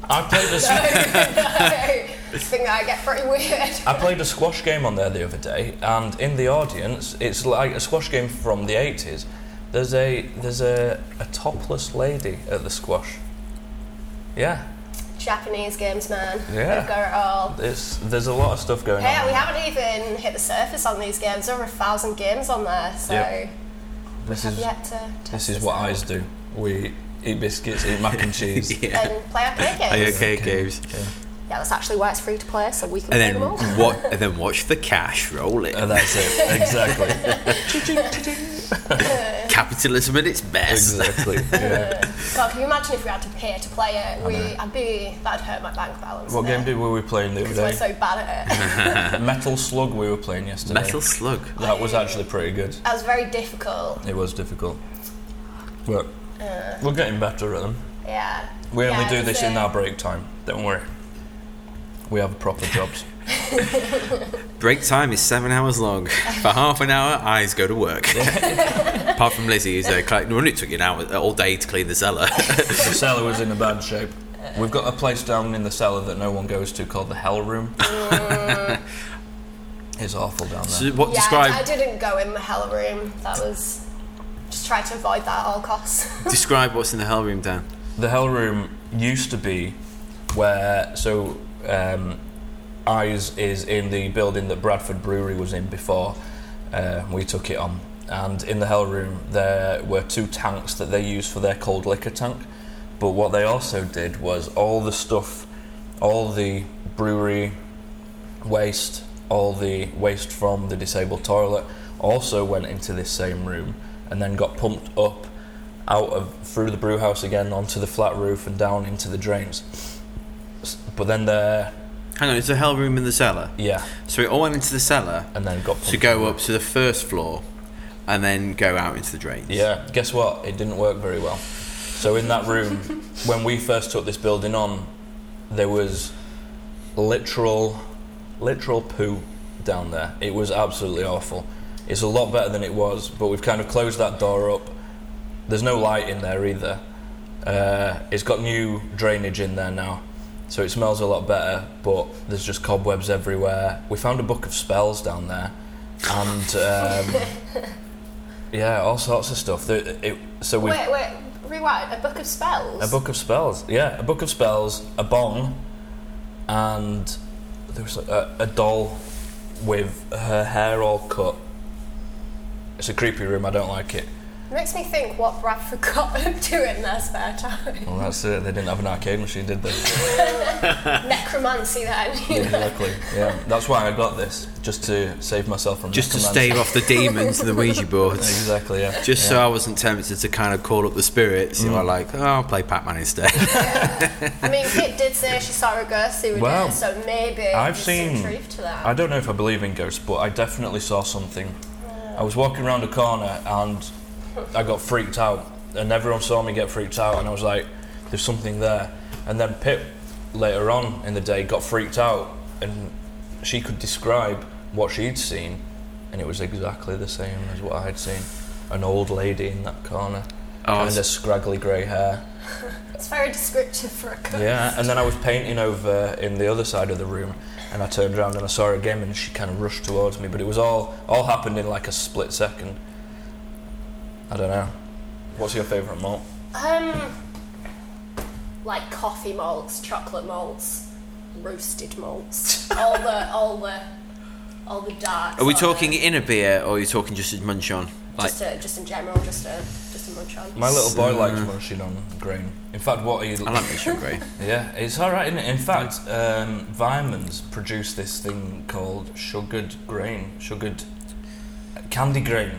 S2: I played this.
S3: I think that I get pretty weird.
S2: I played a squash game on there the other day, and in the audience, it's like a squash game from the eighties. There's a there's a, a topless lady at the squash. Yeah,
S3: Japanese games, man.
S2: Yeah.
S3: They've got it all.
S2: it's there's a lot of stuff going
S3: Yeah,
S2: on.
S3: we haven't even hit the surface on these games. There are a thousand games on there, so
S2: Yep. This is
S3: yet to test
S2: this is what
S3: out.
S2: eyes do. We eat biscuits, eat mac and cheese.
S3: and play arcade
S1: Are you
S3: games.
S1: okay, Games?
S3: Yeah, that's actually why it's free to play, so we can play
S1: And
S3: them all.
S1: then what? And then watch the cash roll
S2: And
S1: in.
S2: that's it. Exactly.
S1: Capitalism at its best.
S2: exactly. Yeah.
S3: God, can you imagine if we had to pay to play it? We, I'd be, that'd hurt my bank balance.
S2: What game
S3: do?
S2: did were we playing the other
S3: We're
S2: day?
S3: so bad at it.
S2: Metal Slug. We were playing yesterday.
S1: Metal Slug.
S2: That was actually pretty good.
S3: that was very difficult.
S2: It was difficult. But we're getting better at them.
S3: Yeah.
S2: We only
S3: Uh. Yeah,
S2: do this
S3: so-
S2: in our break time. Don't worry. We have proper jobs.
S1: Break time is seven hours long. For half an hour, eyes go to work. Apart from Lizzie, who's uh, cl- normally it took you an hour, all day to clean the cellar.
S2: the cellar was in a bad shape. We've got a place down in the cellar that no one goes to called the Hell Room. it's awful down there.
S1: so what
S3: Yeah, I
S1: describe
S3: didn't go in the hell room. That was just try to avoid that at all costs.
S1: describe what's in the hell room, Dan?
S2: The Hell Room used to be where so um, Eyes is in the building that Bradford Brewery was in before uh, we took it on. And in the Hell Room, there were two tanks that they used for their cold liquor tank. But what they also did was all the stuff, all the brewery waste, all the waste from the disabled toilet also went into this same room and then got pumped up out of through the brew house again onto the flat roof and down into the drains. S- But then there,
S1: Hang on, it's a hell room in the cellar.
S2: yeah,
S1: So it all went into the cellar
S2: and then got pumped.
S1: to go up to the first floor and then go out into the drains.
S2: Yeah, guess what? It didn't work very well. So in that room, when we first took this building on, there was literal, literal poo down there. It was absolutely awful. It's a lot better than it was, but we've kind of closed that door up. There's no light in there either. Uh, it's got new drainage in there now, so it smells a lot better. But there's just cobwebs everywhere. We found a book of spells down there, and um, yeah, all sorts of stuff. The- it- so we
S3: wait, wait, rewind. A book of spells.
S2: a book of spells. Yeah, a book of spells, a bong, and there was uh, a, a doll with her hair all cut. It's a creepy room. I don't like it.
S3: Makes me think what Bradford got up to in their spare time.
S2: Well, that's it. They didn't have an arcade machine, did they?
S3: Necromancy then. you know.
S2: exactly. Yeah. That's why I got this, just to save myself from
S1: Just to
S2: necromancy.
S1: stave off the demons and the Ouija boards.
S2: Exactly. Yeah.
S1: Just so I wasn't tempted to kind of call up the spirits,
S2: Mm.
S1: you were like, oh, I'll play Pac Man instead.
S3: I mean, Kit did say she saw a ghost the other
S2: Well,
S3: day, so maybe
S2: I've
S3: there's some
S2: seen-
S3: truth to that.
S2: I don't know if I believe in ghosts, but I definitely saw something. I was walking around a corner and I got freaked out, and everyone saw me get freaked out, and I was like, "There's something there." And then Pip, later on in the day, got freaked out, and she could describe what she'd seen, and it was exactly the same as what I'd seen. An old lady in that corner,
S1: Oh,
S2: kind of
S1: it's-
S2: scraggly grey hair.
S3: it's very descriptive for a ghost.
S2: Yeah, and then I was painting over in the other side of the room, and I turned around and I saw her again, and she kind of rushed towards me. But it was all all happened in like a split second. I don't know. What's your favourite malt?
S3: Um, like coffee malts, chocolate malts, roasted malts, all the all the all the dark.
S1: Are we talking in a beer or are you talking just as munch on? Like,
S3: just to, just in general, just to, just to munch on.
S2: My little boy likes munching on grain. In fact, what he
S1: I like Mission Grey.
S2: yeah, it's all right. Isn't it? In fact, um, Vyman's produce this thing called sugared grain, sugared candy grain,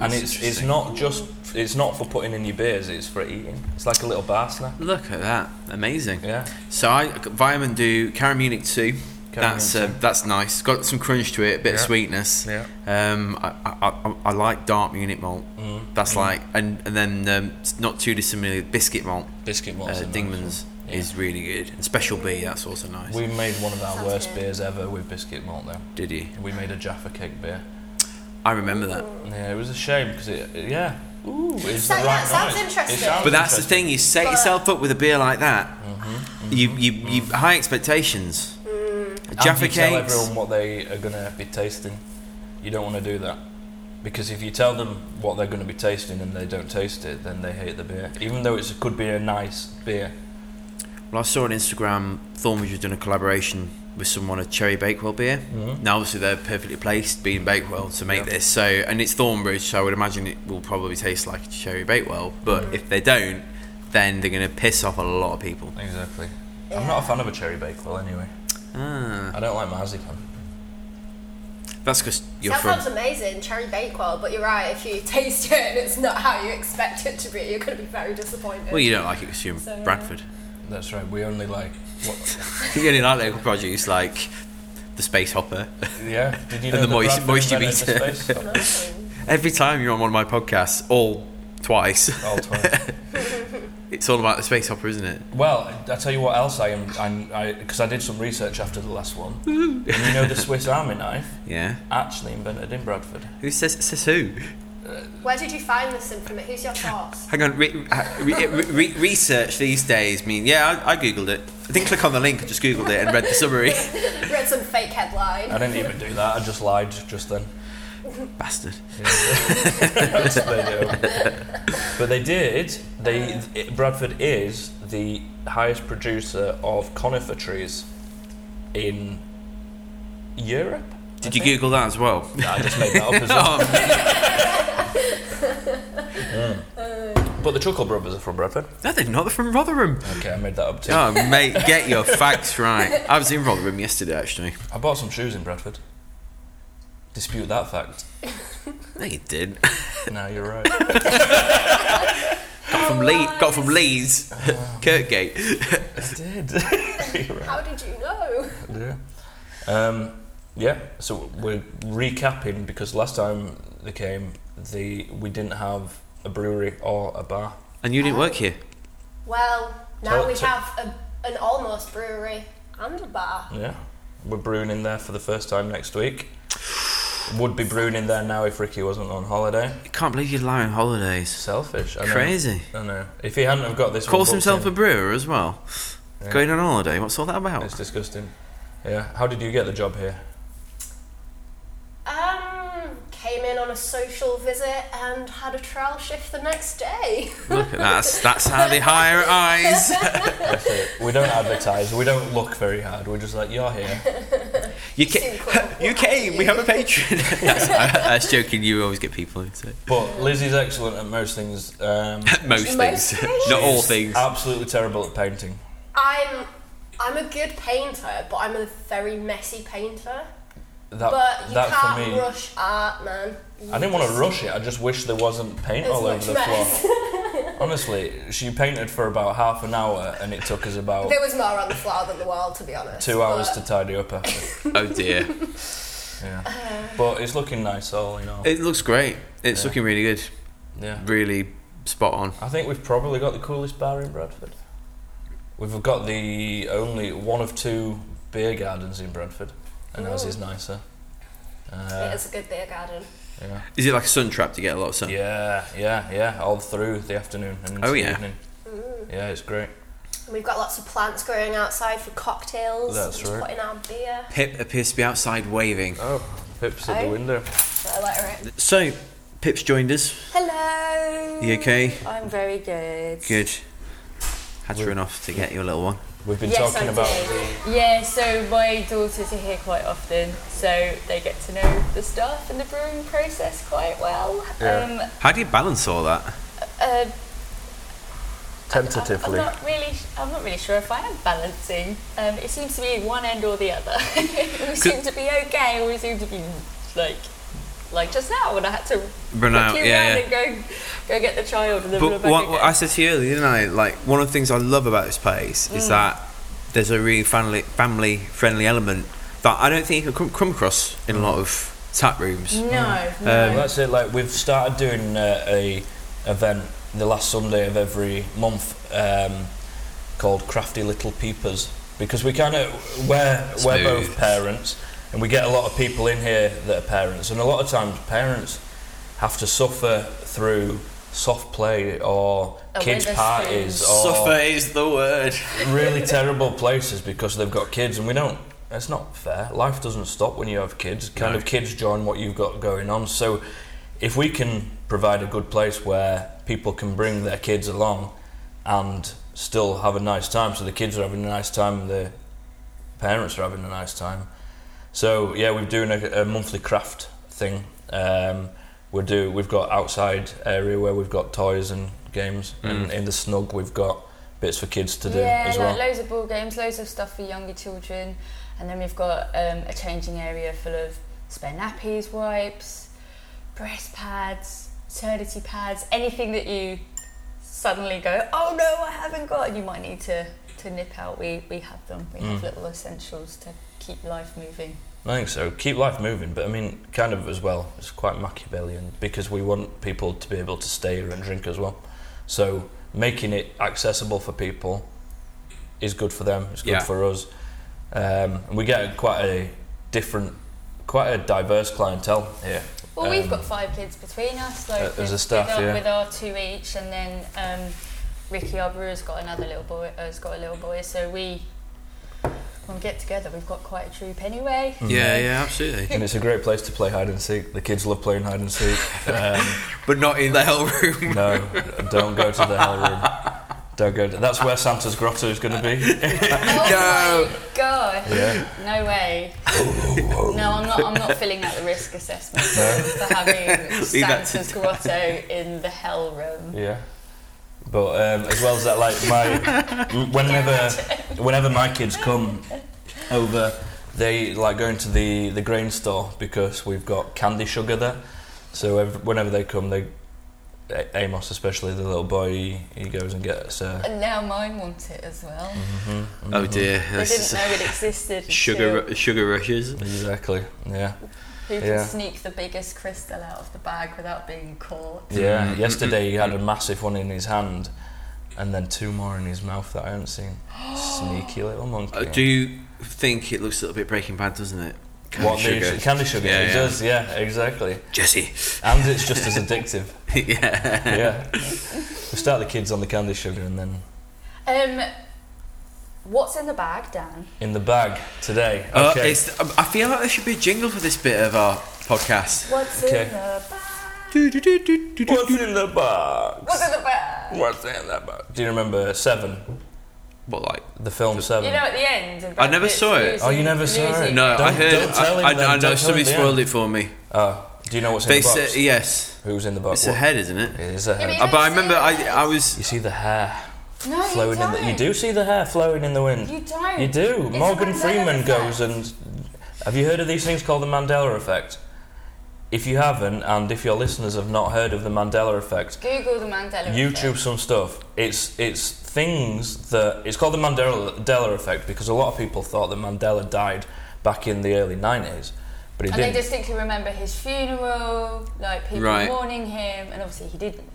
S2: and it's it's
S1: interesting.
S2: not just it's not for putting in your beers. It's for eating. It's like a little bar snack.
S1: Look at that. Amazing.
S2: Yeah.
S1: So I Vitamin do Caramunic 2. that's
S2: Caramunic
S1: uh, that's nice. Got some crunch to it, a bit of
S2: Yeah.
S1: sweetness.
S2: Yeah.
S1: Um, I, I, I, I like dark Munich malt.
S2: Mm-hmm.
S1: That's like and and then um, it's not too dissimilar biscuit malt.
S2: Biscuit
S1: Uh,
S2: malts. in there as
S1: Dingman's
S2: well. Yeah.
S1: is really good. And Special B, that's also nice.
S2: We made one of our
S3: Sounds
S2: worst
S3: good.
S2: beers ever with biscuit malt. Though
S1: Did you?
S2: we made a Jaffa cake beer.
S1: I remember that.
S2: Yeah, it was a shame because it, it- yeah. Ooh, it's
S3: So,
S2: the
S3: yeah,
S2: right
S3: it sounds
S2: night. It
S3: interesting.
S2: sounds
S1: But that's the
S2: interesting.
S1: thing. You set
S3: But-
S1: yourself up with a beer like that.
S2: Mm-hmm.
S1: You you you high expectations. Jaffa
S2: and you tell
S1: cakes.
S2: everyone what they are going to be tasting. You don't want to do that because if you tell them what they're going to be tasting and they don't taste it, then they hate the beer, even though it could be a nice beer.
S1: Well, I saw on Instagram Thornbridge had done a collaboration with someone at Cherry Bakewell beer. Now, obviously, they're perfectly placed being Bakewell to make this. So, and it's Thornbridge, so I would imagine it will probably taste like Cherry Bakewell. But if they don't, then they're going to piss off a lot of people.
S2: Exactly. I'm not a fan of a cherry bakewell anyway.
S1: Ah,
S2: I don't like marzipan.
S1: that's because you're
S3: that
S1: from.
S3: sounds amazing, cherry bakewell. But you're right. If you taste it and it's not how you expect it to be, you're going to be very disappointed.
S1: Well, you don't like it because you're in
S3: So, uh,
S1: Bradford.
S2: That's right. We only like. What,
S1: You only like local produce like the Space Hopper.
S2: yeah. Did you
S1: And
S2: know
S1: the moist-
S2: that Bradford
S1: moisture
S2: invented the
S1: meter.
S2: space shuttle?
S1: Every time you're on one of my podcasts, all twice,
S2: All time.
S1: it's all about the Space Hopper, isn't it?
S2: Well, I tell you what else I am, I'm, because I, did some research after the last one. and you know the Swiss Army knife
S1: Yeah.
S2: actually invented in Bradford.
S1: Who says, says who?
S3: Where did you find this information? Who's your source?
S1: Hang on, re- uh, re- re- re- research these days mean yeah, I, I googled it. I didn't click on the link, I just googled it and read the summary.
S3: Read some fake headline.
S2: I didn't even do that. I just lied just then.
S1: Bastard.
S2: That's what they do. But they did. They it- Bradford is the highest producer of conifer trees in Europe.
S1: Did you Google that as well?
S2: No, I just made that up as well.
S1: Oh,
S2: But the Chuckle Brothers are from Bradford.
S1: No, they're not. They're from Rotherham.
S2: Okay, I made that up too.
S1: Oh, mate, get your facts right. I was in Rotherham yesterday, actually.
S2: I bought some shoes in Bradford. Dispute that fact.
S1: No, you did.
S2: No, you're right.
S1: Got from Le- got from Leeds, Kirkgate.
S2: I did. You're right.
S3: How did you know?
S2: Yeah. Um, yeah. So we're recapping because last time they came, the we didn't have a brewery or a bar.
S1: And you didn't work here.
S3: Well, now
S2: Tell-
S3: we
S2: tell-
S3: have a, an almost brewery and a bar.
S2: Yeah. We're brewing in there for the first time next week. Would be brewing in there now if Ricky wasn't on holiday.
S1: I can't believe you lie on holidays.
S2: Selfish. I know.
S1: Crazy.
S2: I know. If he hadn't have got this,
S1: Calls
S2: one booked
S1: himself a
S2: in,
S1: brewer as well.
S2: Yeah.
S1: Going on holiday. What's all that about?
S2: It's disgusting. Yeah. How did you get the job here?
S3: Um, came in on a social visit and had a trial shift the next day.
S1: Look at that. That's, that's how they hire eyes.
S2: That's it. We don't advertise. We don't look very hard. We're just like you're here.
S1: You, ca- you came. We have a patron. that's, I, I was joking. You always get people. who say
S2: But Lizzie's excellent at most things. Um,
S1: Most,
S3: Most
S1: things,
S3: things.
S1: not all things.
S2: absolutely terrible at painting.
S3: I'm I'm a good painter, but I'm a very messy painter.
S2: That,
S3: But you
S2: that for
S3: can't
S2: me,
S3: rush art, man.
S2: I didn't want to rush it. I just wish there wasn't paint
S3: There's
S2: all over
S3: much
S2: the
S3: mess.
S2: floor. Honestly, she painted for about half an hour, and it took us about
S3: There was more on the floor than the wall, to be honest.
S2: two hours
S3: but-
S2: to tidy up after.
S1: Oh dear.
S2: Yeah,
S3: Uh.
S2: but it's looking nice, all in all.
S1: It looks great. It's looking really good.
S2: Yeah,
S1: Really spot on.
S2: I think we've probably got the coolest bar in Bradford. We've got the only one of two beer gardens in Bradford, and ours is nicer.
S3: It
S2: Uh,
S3: is a good beer garden.
S2: yeah.
S1: Is it like a sun trap to get a lot of sun?
S2: Yeah, yeah, yeah. All through the afternoon and into
S1: Oh,
S2: the
S1: yeah.
S2: evening. Yeah, it's great.
S3: And we've got lots of plants growing outside for cocktails.
S2: That's
S3: just
S2: right.
S3: Putting our beer.
S1: Pip appears to be outside waving.
S2: Oh, Pip's at
S3: Hey.
S2: the window.
S3: So let her in.
S1: So, Pip's joined us.
S4: Hello.
S1: You okay?
S4: I'm very good.
S1: Good. Had to run off to get your little one.
S2: We've been
S3: Yes,
S2: talking
S3: I
S2: about
S3: do.
S2: the
S4: Yeah, so my daughters are here quite often, so they get to know the staff and the brewing process quite well.
S2: Yeah.
S4: Um,
S1: How do you balance all that?
S4: uh, I'm
S2: tentatively.
S4: not really. I'm not really sure if I am balancing. Um, it seems to be one end or the other. we seem to be okay, or we seem to be like, like just now when I had to
S1: Run out,
S4: you
S1: yeah,
S4: round
S1: yeah.
S4: and go, go get the child and then run
S1: But
S4: back
S1: what,
S4: again.
S1: I said to you earlier, didn't I? Like one of the things I love about this place
S4: Mm.
S1: is that there's a really family family friendly element that I don't think you can come, come across in a lot of tap rooms.
S4: no,
S1: Um,
S2: Well,
S4: no.
S2: that's it. Like we've started doing uh, a event the last Sunday of every month um, called Crafty Little Peepers because we kind of we're we're both
S1: Smooth.
S2: parents and we get a lot of people in here that are parents and a lot of times parents have to suffer through soft play or
S4: A
S2: kids
S4: Witherspoon.
S2: parties or
S1: is the word.
S2: really terrible places because they've got kids and we don't it's not fair life doesn't stop when you have kids kind of kids join what you've got going on so if we can provide a good place where people can bring their kids along and still have a nice time so the kids are having a nice time the parents are having a nice time so yeah we're doing a, a monthly craft thing um, we do we've got outside area where we've got toys and games and in the snug we've got bits for kids to do
S4: yeah,
S2: as
S4: like
S2: well
S4: loads of ball games, loads of stuff for younger children, and then we've got um, a changing area full of spare nappies, wipes, breast pads, maternity pads, anything that you suddenly go, oh no, I haven't got, and you might need to, to nip out. We we have them. We
S2: Mm.
S4: have little essentials to keep life moving.
S2: I think so. Keep life moving, but I mean, kind of as well. It's quite Machiavellian because we want people to be able to stay here and drink as well. So making it accessible for people is good for them. It's good
S1: Yeah.
S2: for us, um, and we get quite a different, quite a diverse clientele here.
S4: Well, we've
S2: Um,
S4: got five kids between us.
S1: uh,
S4: Like
S2: as a
S4: with-
S2: staff,
S4: with our,
S2: yeah.
S4: with our two each, and then um, Ricky, our brewer's got another little boy. Has got a little boy, so we when we get together, we've got quite a troop anyway.
S1: Yeah, yeah, absolutely.
S2: And it's a great place to play hide and seek. The kids love playing hide and seek. Um,
S1: But not in the hell room.
S2: no, don't go to the hell room. Don't go. To, that's where Santa's grotto is going to be.
S4: Oh my gosh!
S2: Yeah.
S4: No way. no, I'm not. I'm not filling out the risk assessment for having
S1: Leave that to
S4: Santa's grotto in the hell room.
S2: Yeah. But um, as well as that, like my whenever whenever my kids come over, they like going to the the grain store because we've got candy sugar there. So ev whenever they come, they A- Amos especially the little boy he, he goes and gets uh,
S4: And now mine wants it as well.
S1: Oh dear.
S4: They
S1: this
S4: didn't
S1: is-
S4: know it existed. until-
S1: Sugar, sugar rushes. Uh,
S2: exactly yeah
S4: Who can
S2: Yeah.
S4: sneak the biggest crystal out of the bag without being caught?
S1: Mm-hmm.
S2: yeah. Yesterday he had a massive one in his hand, and then two more in his mouth that I haven't seen. Sneaky little monkey.
S1: I Uh, do think it looks a little bit Breaking Bad, doesn't it? Kind
S2: what
S1: of
S2: the candy sugar?
S1: Yeah,
S2: it
S1: yeah.
S2: does, yeah, exactly.
S1: Jesse.
S2: And it's just as addictive.
S1: yeah.
S2: yeah. We start the kids on the candy sugar and then
S4: Um, what's in the bag, Dan?
S2: in the bag today.
S1: Uh,
S2: Okay.
S1: it's, um, I feel like there should be a jingle for this bit of our podcast.
S4: What's
S2: Okay.
S4: in the bag?
S2: What's in the bag?
S4: What's in the bag?
S2: What's in the bag? Do you remember Seven?
S1: What, like?
S2: The film Seven.
S4: You know, at the end. of
S1: I
S4: that
S1: never
S4: bit,
S1: saw it.
S4: losing-
S2: Oh, you never saw
S4: losing-
S2: it?
S1: No, I
S2: Don't-
S1: heard.
S2: don't tell him
S1: I, I,
S2: then,
S1: I
S2: don't tell
S1: know
S2: him
S1: somebody
S2: then.
S1: spoiled it for me.
S2: oh, do you know what's in
S1: They
S2: the box?
S1: said yes.
S2: Who's in the box?
S1: It's a head, isn't it?
S2: It is a head.
S4: mean-
S1: Uh, but I remember I I was
S2: You see the hair
S4: No, you
S2: flowing in
S4: don't.
S2: the. You do see the hair flowing in the wind.
S4: Oh, You don't.
S2: You do.
S4: It's
S2: Morgan
S4: Mandela
S2: Freeman
S4: effect.
S2: goes and. Have you heard of these things called the Mandela effect? If you haven't, and if your listeners have not heard of the Mandela effect,
S4: Google the Mandela.
S2: YouTube some stuff. It's it's things that it's called the Mandela Mandela effect because a lot of people thought that Mandela died back in the early nineties, but he
S4: And they
S2: didn't.
S4: distinctly remember his funeral, like people
S1: Right.
S4: mourning him, and obviously he didn't.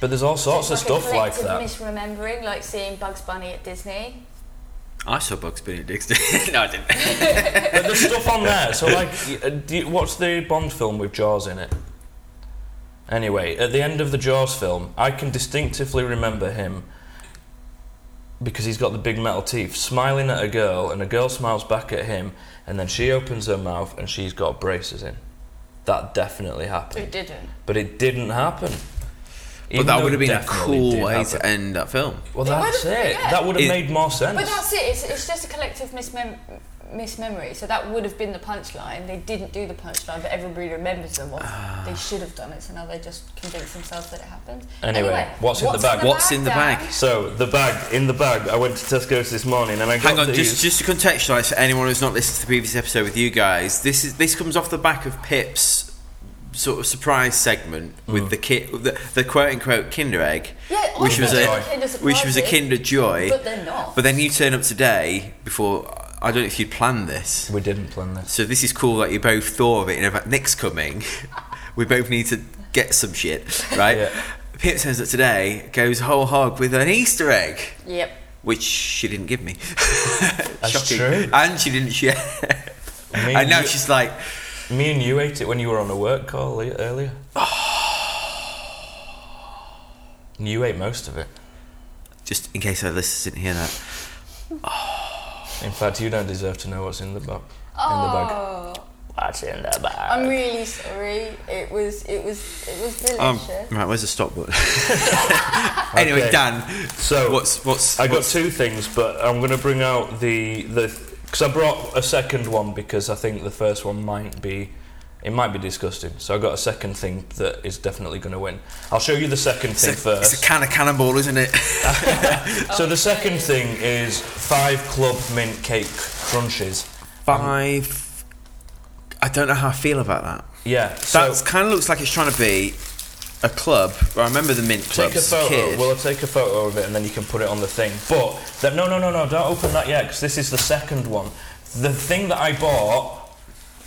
S2: But there's all sorts of
S4: It's like a
S2: stuff like
S4: collective
S2: that.
S4: Misremembering, like seeing Bugs Bunny at Disney.
S1: I saw Bugs Bunny at Dixon. no, I didn't.
S2: but there's stuff on there. So like, y- uh, do you, what's the Bond film with Jaws in it? Anyway, at the end of the Jaws film, I can distinctively remember him because he's got the big metal teeth, smiling at a girl, and a girl smiles back at him, and then she opens her mouth and she's got braces in. That definitely happened,
S4: It didn't.
S2: but it didn't happen. Even
S1: But that
S2: though
S1: would have been a
S2: definitely did
S1: cool way
S2: have it.
S1: to end that film.
S2: Well,
S4: It
S2: that's
S4: would've-
S2: it.
S4: yeah.
S2: That would have
S1: It-
S2: made more sense.
S4: But that's it. It's, it's just a collective mismem- mismemory. So that would have been the punchline. They didn't do the punchline, but everybody remembers them. What
S1: Ah.
S4: they should have done it. So now they just convince themselves that it happened.
S2: Anyway, what's in the bag?
S1: What's in the
S4: Dan?
S1: bag?
S2: So the bag in the bag. I went to Tesco's this morning and I got
S1: Hang on, just,
S2: these.
S1: just to contextualise for anyone who's not listened to the previous episode with you guys, this is this comes off the back of Pip's sort of surprise segment
S2: Mm.
S1: with the kit, with the, the quote unquote Kinder Egg,
S4: Yeah, I
S1: which was a
S4: thought they were Kinder Surprises,
S1: which was a Kinder Joy.
S4: But they're not.
S1: But then you turn up today before I don't know if you'd planned this.
S2: We didn't plan this.
S1: So this is cool that you both thought of it. And if Nick's coming, we both need to get some shit, right?
S2: Yeah.
S1: Pip turns up today, goes whole hog with an Easter egg
S4: Yep.
S1: which she didn't give me.
S2: That's
S1: Shocking.
S2: true.
S1: And she didn't share.
S2: Me
S1: and now
S2: you-
S1: she's like,
S2: Me and you ate it when you were on a work call le- earlier. And you ate most of it.
S1: just in case our listeners didn't hear that.
S2: In fact, you don't deserve to know what's in the bag.
S4: Oh,
S2: What's in the bag?
S4: I'm really sorry. It was. It was. It was delicious.
S1: Um, right, where's the stop button? anyway,
S2: Okay.
S1: Dan,
S2: So-
S1: what's what's
S2: I got
S1: what's-
S2: two things, but I'm going to bring out the the because I brought a second one because I think the first one might be it might be disgusting. So I got a second thing that is definitely going to win. I'll show you the second
S1: it's a,
S2: thing first.
S1: it's a can of cannonball, isn't it?
S2: so the second thing is five club mint cake crunches.
S1: Five. I don't know how I feel about that.
S2: Yeah, so
S1: That kind of looks like it's trying to be a club. I remember the mint clubs
S2: take a
S1: as a
S2: photo.
S1: kid.
S2: We'll take a photo of it and then you can put it on the thing. But that, no, no, no, no, don't open that yet because this is the second one. The thing that I bought,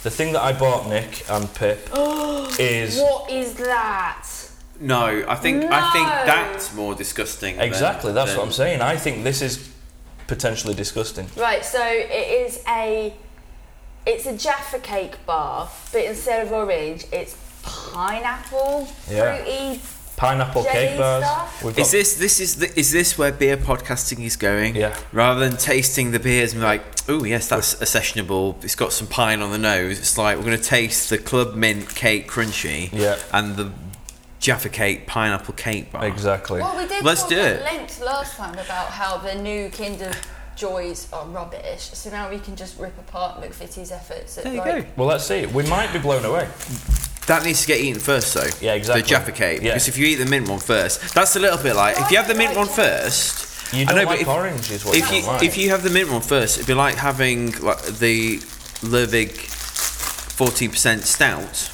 S2: the thing that I bought, Nick and Pip, is.
S4: What is that?
S1: no, I think I think
S4: No.
S1: that's more disgusting. than-
S2: Exactly, that's
S1: than-
S2: what I'm saying. I think this is potentially disgusting.
S4: Right. So it is a. It's a Jaffa cake bar, but instead of orange, it's pineapple,
S2: Yeah.
S4: fruity.
S2: Pineapple
S4: Jelly
S2: cake bars.
S4: stuff?
S2: We've got
S1: Is this this is the, is this where beer podcasting is going?
S2: Yeah.
S1: Rather than tasting the beers and be like, oh yes, that's a sessionable. It's got some pine on the nose. It's like we're going to taste the club mint cake crunchy.
S2: Yeah.
S1: And the Jaffa cake pineapple cake bar.
S2: exactly.
S4: Well, we did
S1: Let's
S4: talk
S1: do
S4: at
S1: it.
S4: length last time about how the new Kinder Joys are rubbish. So now we can just rip apart McVitie's efforts. At,
S1: There you
S4: like,
S1: go.
S2: Well, let's see. We might be blown away.
S1: That needs to get eaten first, though.
S2: Yeah, exactly.
S1: The Jaffa cake.
S2: Yeah.
S1: Because if you eat the mint one first, that's a little bit like if you have the mint one first.
S2: You
S1: I
S2: don't
S1: know, but
S2: like
S1: if-
S2: orange, is what
S1: if
S2: you
S1: you
S2: don't like.
S1: if you have the mint one first, it'd be like having like the Lervig fourteen percent stout,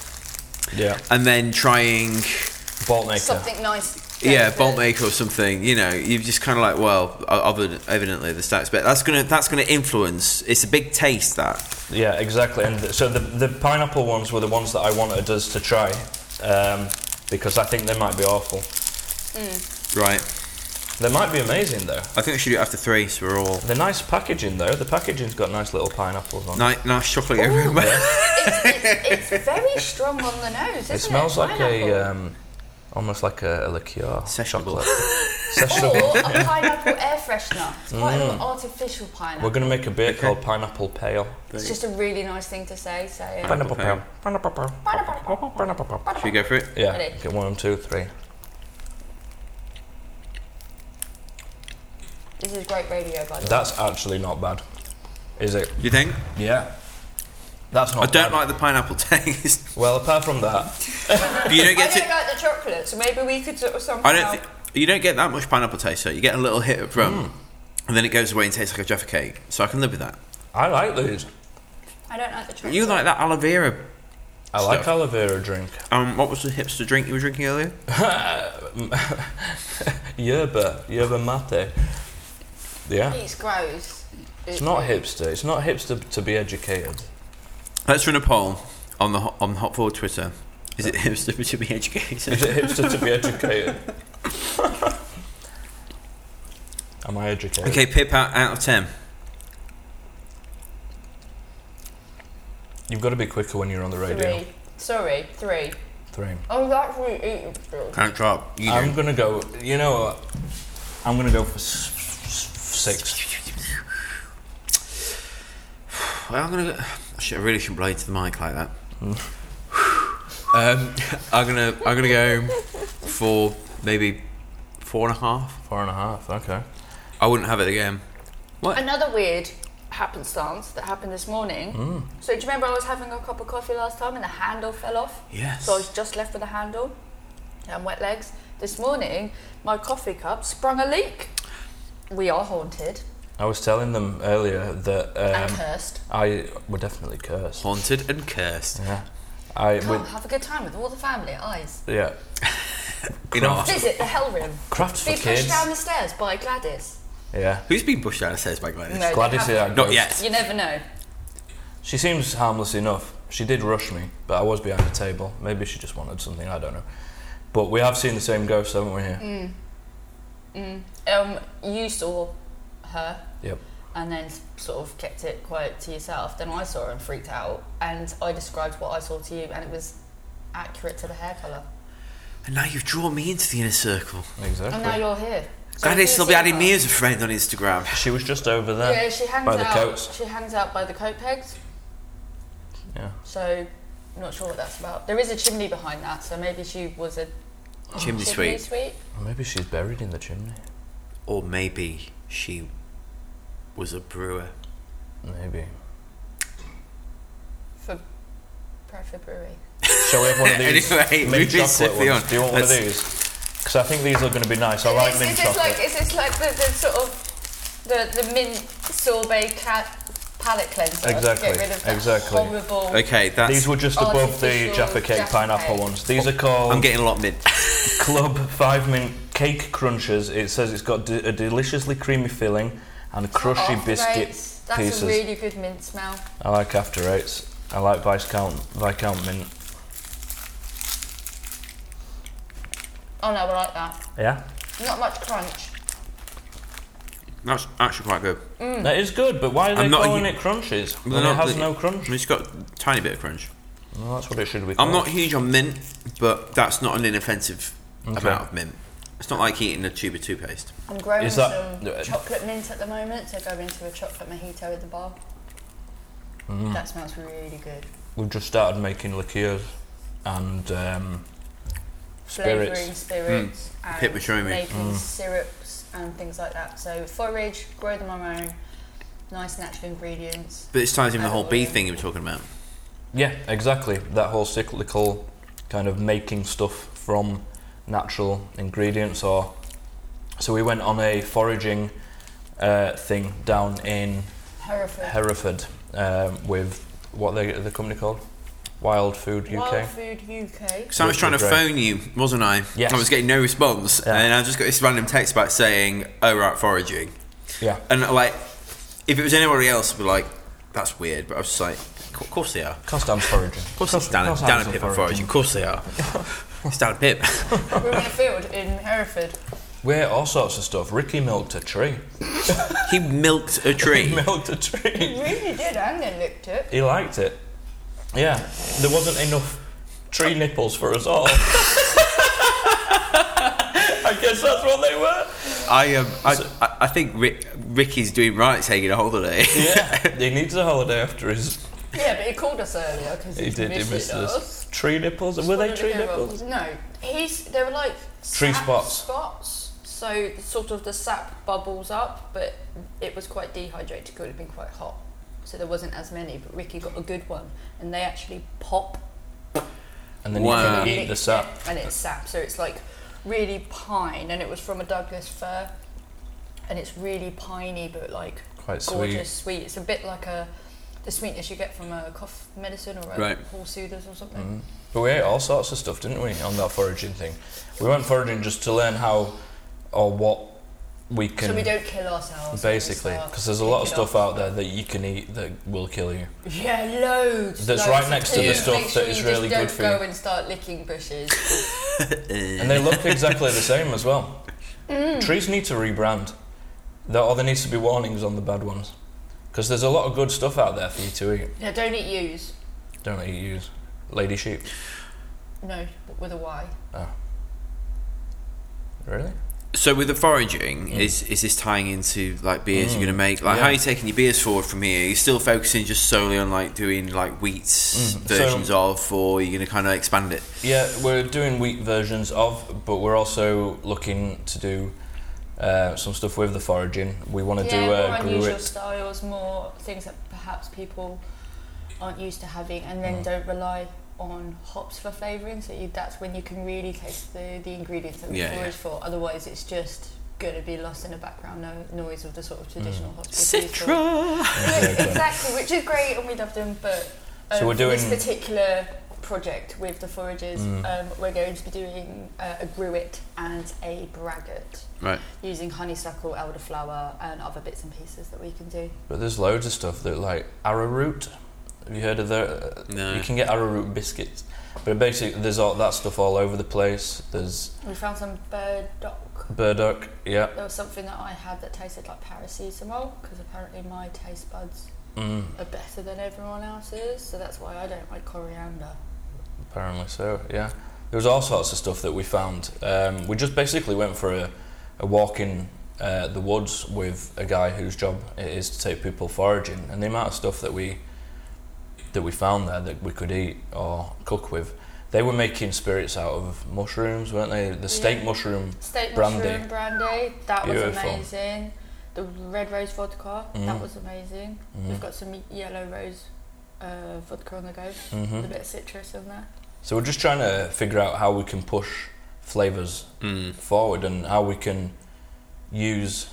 S2: yeah,
S1: and then trying
S2: bolt maker.
S4: Something nice.
S1: yeah
S4: bolt
S1: bolt maker or something. You know, you're just kind of like well, o- obvi- evidently the stout's but that's gonna that's gonna influence. It's a big taste that.
S2: Yeah, exactly. And th- so the the pineapple ones were the ones that I wanted us to try um, because I think they might be awful.
S1: Right.
S2: They might be amazing though.
S1: I think we should do it after three, so we're all
S2: They're nice packaging though. The packaging's got nice little pineapples on. it.
S1: nice, nice chocolate over.
S4: It's, it's very strong on the nose, isn't
S2: It
S4: it?
S2: smells like
S4: Pineapple.
S2: a um, almost like a, a liqueur.
S1: Sessionable.
S2: Sessionable.
S4: Or a pineapple air freshener. It's quite a an artificial pineapple.
S2: Mm. We're going to make a beer called Pineapple Pale.
S4: It's just a really nice thing to say. So yeah.
S2: Pineapple
S1: Pale.
S2: Pale. Pineapple Pale.
S4: Pineapple.
S2: Pineapple Pale.
S1: Should we go for it?
S2: Yeah.
S4: Ready?
S2: Get one, two, three.
S4: This is great radio, by the way.
S2: That's actually not bad, is it?
S1: You think?
S2: Yeah. That's
S1: I
S2: not.
S1: don't
S2: bad.
S1: like the pineapple taste.
S2: Well, apart from that,
S1: But you don't
S4: I
S1: get
S4: don't
S1: to.
S4: like the chocolate, so maybe we could sort of somehow.
S1: I don't. Th- you don't get that much pineapple taste. So you get a little hit of rum, and then it goes away and tastes like a jaffa cake. So I can live with that.
S2: I like these.
S4: I don't like the chocolate.
S1: You like that aloe vera?
S2: I like
S1: Stuff.
S2: aloe vera drink.
S1: Um, what was the hipster drink you were drinking earlier?
S2: Yerba, yerba mate. Yeah.
S4: It's gross.
S2: It's not hipster. It's not hipster to be educated.
S1: Let's run a poll on the ho- on Hot Forward Twitter. Is it hipster to be
S2: Is
S1: educated?
S2: it hipster to be educated? Am I educated?
S1: okay, Pip out, out of ten.
S2: You've got to be quicker when you're on the radio.
S4: Three. Sorry, three. Oh,
S2: Three.
S4: I'm actually eating fruit.
S1: Can't drop. You
S2: I'm
S1: know.
S2: gonna go. You know, what? I'm gonna go for s- s- six.
S1: Well, I'm gonna. Go, I should- I really shouldn't blade to the mic like that. um, I'm gonna. I'm gonna go for maybe four and a half.
S2: Four and a half. Okay.
S1: I wouldn't have it again.
S4: Another weird happenstance that happened this morning.
S1: Hmm.
S4: So do you remember I was having a cup of coffee last time and the handle fell off?
S1: Yes.
S4: So I was just left with a handle and wet legs. This morning, my coffee cup sprung a leak. We are haunted
S2: I was telling them earlier that
S4: and
S2: um,
S4: cursed.
S2: I were definitely cursed.
S1: Haunted and cursed.
S2: Yeah. I
S4: Can't
S2: with
S4: have a good time with all the family at eyes.
S2: yeah.
S1: You know,
S4: Visit the Hell Rim.
S2: Crafts for
S4: Be pushed
S2: kids.
S4: down the stairs by Gladys.
S2: Yeah.
S1: who's been pushed down the stairs by Gladys?
S4: No.
S2: Glad to see that.
S1: Not
S2: goes.
S1: yet.
S4: You never know.
S2: She seems harmless enough. She did rush me, but I was behind the table. Maybe she just wanted something. I don't know. But we have seen the same ghost, haven't we?
S4: Mm.
S2: Here.
S4: Um, you saw her
S2: Yep.
S4: and then s- sort of kept it quiet to yourself. Then I saw her and freaked out, and I described what I saw to you, and it was accurate to the hair colour.
S1: And now you've drawn me into the inner circle.
S4: And now
S2: Exactly.
S4: you're here. So
S1: Gladys
S4: if
S1: will
S4: you
S1: be
S4: see
S1: adding
S4: her-
S1: me as a friend on Instagram.
S2: She was just over there.
S4: Yeah, she hangs
S2: by the
S4: out.
S2: coats.
S4: She hangs out by the coat pegs.
S2: Yeah.
S4: So, I'm not sure what that's about. There is a chimney behind that, so maybe she was a Oh,
S1: Chimney
S4: chimney
S1: sweep.
S4: sweep.
S2: Maybe she's buried in the chimney.
S1: Or maybe she was a brewer.
S2: Maybe.
S4: for Bradford Brewery.
S2: Shall we have one of these?
S1: Anyway,
S2: mint
S1: moving
S2: chocolate
S1: swiftly
S2: ones?
S1: on.
S2: Do you want one of
S1: Let's-
S2: these? Because I think these are going to be nice. I like
S4: is,
S2: mint
S4: is
S2: chocolate.
S4: This like, is this like the, the sort of the, the mint sorbet cat palate cleanser?
S2: Exactly,
S4: To get rid of that
S2: exactly.
S4: Horrible.
S1: Okay, that's.
S2: these were just above the
S4: Artificial
S2: Jaffa Cake
S4: Jaffa
S2: pineapple
S4: cake.
S2: ones. These are called
S1: I'm getting a lot of mint.
S2: Club Five Mint Cake Crunchers. It says it's got de- a deliciously creamy filling and crushy
S4: After
S2: biscuit
S4: eights, That's
S2: pieces.
S4: a really good mint smell.
S2: I like after eights. I like Viscount Viscount Mint.
S4: Oh no, I like that.
S2: Yeah,
S4: Not much crunch.
S1: That's actually quite good.
S4: Hmm.
S2: that is good. But why are they
S1: I'm not a
S2: calling
S1: hu-
S2: it crunches?
S1: They're
S2: When it
S1: not-
S2: has
S1: they-
S2: no crunch.
S1: It's got a tiny bit of crunch.
S2: Well, that's what it should be. Called.
S1: I'm not huge on mint, but that's not an inoffensive amount of mint. It's not like eating a tube of toothpaste.
S4: I'm growing
S2: Is that-
S4: some chocolate mint at the moment, so go into a chocolate mojito at the bar.
S2: Mm.
S4: That smells really good.
S2: We've just started making liqueurs and um, spirits. Mm.
S4: Flavouring spirits and
S1: Pip was showing me.
S4: making syrups and things like that. So forage, grow them on our own, nice natural ingredients.
S1: But it's ties in with the
S4: I
S1: whole
S4: don't
S1: bee
S4: really-
S1: thing you were talking about.
S2: Yeah, exactly. That whole cyclical kind of making stuff from natural ingredients. Or so we went on a foraging uh, thing down in
S4: Hereford.
S2: Hereford um, with what they the company called Wild Food UK.
S4: Wild Food UK.
S1: So I was
S2: Which
S1: trying to
S2: was great.
S1: phone you, wasn't I?
S2: Yes.
S1: I was getting no response,
S2: Yeah.
S1: and I just got this random text back saying, "Oh right, foraging,"
S2: Yeah,
S1: and like, if it was anybody else, I'd be like, "That's weird," but I was just like, "Of course they are."
S2: cost I'm foraging.
S1: Of course, it's Dan,
S2: course
S1: Dan
S2: I'm
S1: and Pip
S2: foraging.
S1: are foraging. Of course they are. it's Dan and Pip.
S4: we were in a field in Hereford.
S2: We ate all sorts of stuff. Ricky milked a tree.
S1: he milked a tree.
S2: milked a tree.
S4: We really did, and then looked it.
S2: He liked it. Yeah, there wasn't enough tree nipples for us all. I guess that's what they were.
S1: I um, I, I, I think Rick, Ricky's doing right taking a holiday.
S2: Yeah, he needs a holiday after his.
S4: Yeah, but he called us earlier because he,
S2: He did. He
S4: missed
S2: missed
S4: us.
S2: us. Tree nipples. Were they
S4: What did
S2: tree
S4: he go wrong?
S2: nipples?
S4: No, he's. They were like
S2: Tree
S4: sap
S2: spots.
S4: Spots. So sort of the sap bubbles up, but it was quite dehydrated. It would have been quite hot, so there wasn't as many. But Ricky got a good one, and they actually pop.
S2: And then
S1: Wow.
S2: you can eat the sap.
S4: And it's sap, so it's like really pine, and it was from a Douglas fir, and it's really piney, but like
S2: Quite sweet.
S4: gorgeous, sweet. It's a bit like a the sweetness you get from a cough medicine or a
S1: Right.
S4: horse soothers or something.
S2: But we ate all sorts of stuff, didn't we, on that foraging thing? We went foraging just to learn how or what we can.
S4: So we don't kill ourselves. when we uh,
S2: basically,
S4: start
S2: because there's a lot of
S4: picking
S2: stuff out there that you can eat that will kill you.
S4: up- Yeah, loads.
S2: that's
S4: loads.
S2: right next to the
S4: Please
S2: stuff
S4: make sure
S2: that is
S4: you
S2: really
S4: just
S2: good
S4: don't
S2: for
S4: go
S2: you.
S4: and start licking bushes.
S2: And they look exactly the same as well.
S4: Mm.
S2: Trees need to rebrand. There, or there needs to be warnings on the bad ones. Because there's a lot of good stuff out there for you to eat.
S4: yeah, don't eat ewes.
S2: Don't eat use lady sheep.
S4: No, but with a Y.
S2: Really?
S1: So with the foraging, is is this tying into like beers
S2: Mm.
S1: you're gonna make? Like, how are you taking your beers forward from here? You're still focusing just solely on like doing like wheats
S2: Mm. So-
S1: versions of, or you're gonna kind of expand it?
S2: Yeah, we're doing wheat versions of, but we're also looking to do uh, some stuff with the foraging. We want to
S4: yeah,
S2: do uh,
S4: more
S2: a
S4: unusual
S2: gruet.
S4: styles, more things that perhaps people aren't used to having, and
S2: Mm.
S4: then don't rely on hops for flavouring. So you, that's when you can really taste the, the ingredients that we
S1: Yeah,
S4: forage
S1: yeah.
S4: for. Otherwise, it's just going to be lost in the background no, noise of the sort
S2: Mm.
S4: of traditional hops. we've used for-
S1: Citra.
S4: Yeah, exactly, which is great, and we love them. But um,
S2: So we're
S4: for
S2: doing- Mm.
S4: this particular project with the foragers. Um, we're going to be doing uh, a gruet and a braggot
S1: Right.
S4: using honeysuckle, elderflower, and other bits and pieces that we can do.
S2: But there's loads of stuff that like arrowroot. Have you heard of the?
S1: No.
S2: You can get arrowroot biscuits, but basically there's all that stuff all over the place. There's
S4: We found some burdock.
S2: burdock. Yeah.
S4: There was something that I had that tasted like paracetamol because apparently my taste buds
S2: Mm,
S4: are better than everyone else's, so that's why I don't like coriander.
S2: apparently so. Yeah. There was all sorts of stuff that we found. Um, we just basically went for a, a walk in uh, the woods with a guy whose job it is to take people foraging, and the amount of stuff that we that we found there that we could eat or cook with. They were making spirits out of mushrooms, weren't they? The steak
S4: Yeah.
S2: mushroom
S4: Steak
S2: Brandy.
S4: mushroom brandy, that was
S2: Beautiful.
S4: amazing. The red rose vodka,
S2: Mm.
S4: that was amazing. We've got some yellow rose uh, vodka on the go, with a
S2: Mm.
S4: bit of citrus in there.
S2: Mm-hmm. So we're just trying to figure out how we can push flavors
S1: Hmm.
S2: forward and how we can use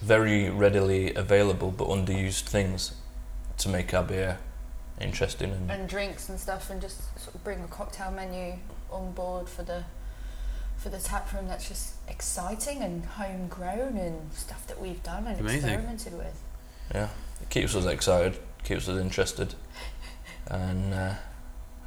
S2: very readily available but underused things to make our beer interesting and,
S4: and drinks and stuff and just sort of bring a cocktail menu on board for the for the tap room that's just exciting and homegrown and stuff that we've done and
S1: Amazing.
S4: experimented with.
S2: yeah, it keeps us excited, keeps us interested, and uh,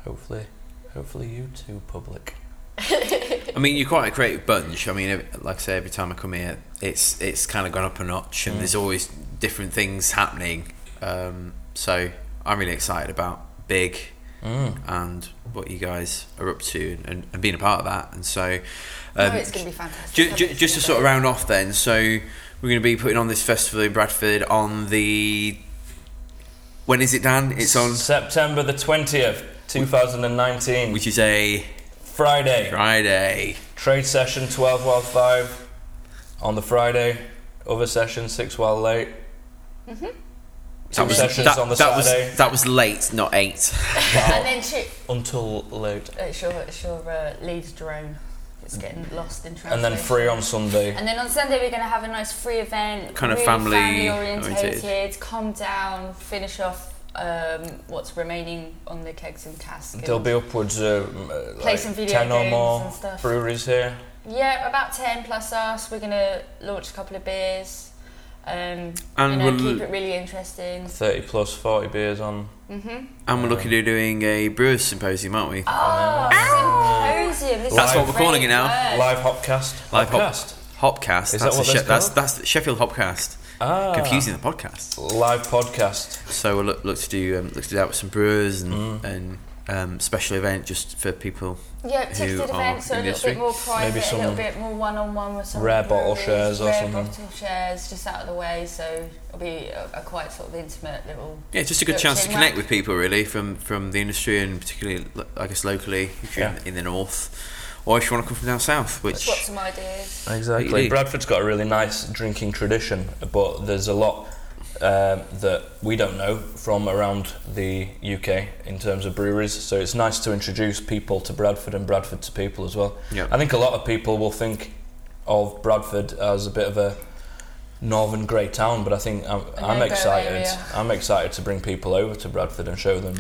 S2: hopefully, hopefully you too, public.
S1: I mean, you're quite a creative bunch. I mean, ev- like I say, every time I come here, it's it's kind of gone up a notch,
S2: Mm.
S1: and there's always different things happening. Um, so I'm really excited about big
S2: Mm.
S1: and what you guys are up to and, and being a part of that. And so, um,
S4: oh, it's going to be
S1: ju-
S4: fantastic.
S1: ju- just to sort of round off, then, so we're going to be putting on this festival in Bradford on the when is it, Dan? It's on
S2: September the twentieth, two thousand and nineteen,
S1: which is a
S2: Friday.
S1: Friday.
S2: Trade session 12 while 5 on the Friday. Other session 6 while late.
S4: Mm-hmm.
S1: That was,
S2: Sessions
S1: that,
S2: on the
S1: that was
S2: Saturday.
S1: that was late, not eight.
S4: and then to,
S2: Until late.
S4: it's your, it's your uh, Leeds drone. It's getting lost in
S2: And
S4: translation.
S2: then free on Sunday.
S4: And then on Sunday we're going to have a nice free event,
S1: Kind of
S4: really
S1: family
S4: orientated,
S1: oriented.
S4: Calm down, finish off um, what's remaining on the kegs and casks. and-
S2: There'll be upwards of um, uh,
S4: Play
S2: like
S4: some video
S2: 10 or
S4: games
S2: more
S4: and stuff.
S2: breweries here.
S4: Yeah, about 10 plus us. We're going to launch a couple of beers. Um,
S1: And
S4: and you know,
S1: we'll-
S4: keep it really interesting.
S2: 30 plus 40 beers on.
S1: And we're looking at doing a brewers symposium, aren't we?
S4: Oh, symposium. This
S1: That's
S4: is a
S1: what we're calling
S4: great
S1: it now.
S4: word.
S2: Live Hopcast.
S1: Live hop-
S2: Hopcast.
S1: Hopcast.
S2: Is
S1: that's
S2: that what
S1: the
S2: that's
S1: that's
S2: called?
S1: that's the Sheffield Hopcast.
S2: Ah.
S1: Confusing the podcast.
S2: Live podcast.
S1: So we'll look, look to do um, look to do that with some brewers and
S2: Mm.
S1: and um, special event just for people.
S4: Yeah,
S1: who
S4: texted
S1: are
S4: events are
S1: in the
S4: a little
S1: industry.
S4: bit more private,
S2: Maybe
S4: a little
S2: some
S4: bit more one-on-one with some
S2: rare bottle
S4: breweries,
S2: shares or
S4: rare
S2: something.
S4: bottle shares, just out of the way. So it'll be a, a quite sort of intimate little.
S1: Yeah, just a good
S4: little
S1: chance to
S4: chin
S1: connect
S4: wag.
S1: with people really from from the industry and particularly lo- I guess locally if you're
S2: Yeah.
S1: in, in the north, or if you want to come from down south, which
S4: Swap some ideas.
S2: Exactly.
S1: Really?
S2: Bradford's got a really nice drinking tradition, but there's a lot um, that we don't know from around the UK in terms of breweries. So it's nice to introduce people to Bradford and Bradford to people as well.
S1: Yeah.
S2: I think a lot of people will think of Bradford as a bit of a northern grey town, but I think I'm, I'm
S4: no-go
S2: excited.
S4: area.
S2: I'm excited to bring people over to Bradford and show them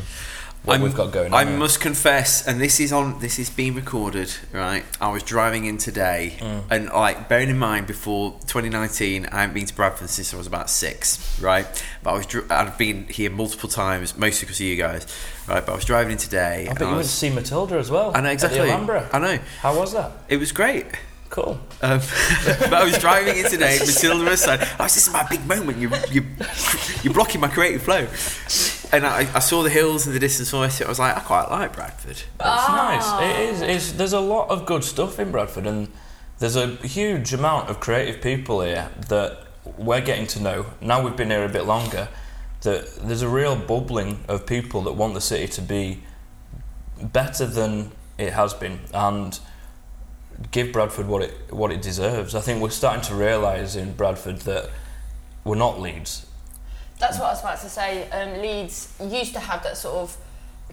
S2: what
S1: I'm-
S2: we've got going
S1: I
S2: on. here.
S1: must confess, and this is on this is being recorded, right? I was driving in today,
S2: Mm.
S1: and like bearing in mind before 2019, I haven't been to Bradford since I was about six, right? But I was dr- I've been here multiple times, mostly because of you guys, right? But I was driving in today.
S2: I
S1: and
S2: bet you
S1: I was,
S2: went to see Matilda as well.
S1: I know
S2: at
S1: exactly.
S2: the Alhambra.
S1: I know
S2: How was that?
S1: it was great.
S2: Cool.
S1: Um, but I was driving in today, Matilda aside. I was, "Oh, this is my big moment. You, you, you're blocking my creative flow. And I, I saw the hills in the distance, and I said- I was like, I quite like Bradford.
S4: Ah.
S2: It's nice. It is. It's, there's a lot of good stuff in Bradford, and there's a huge amount of creative people here that we're getting to know. Now we've been here a bit longer, that there's a real bubbling of people that want the city to be better than it has been and give Bradford what it what it deserves. I think we're starting to realise in Bradford that we're not Leeds.
S4: That's what I was about to say. Um, Leeds used to have that sort of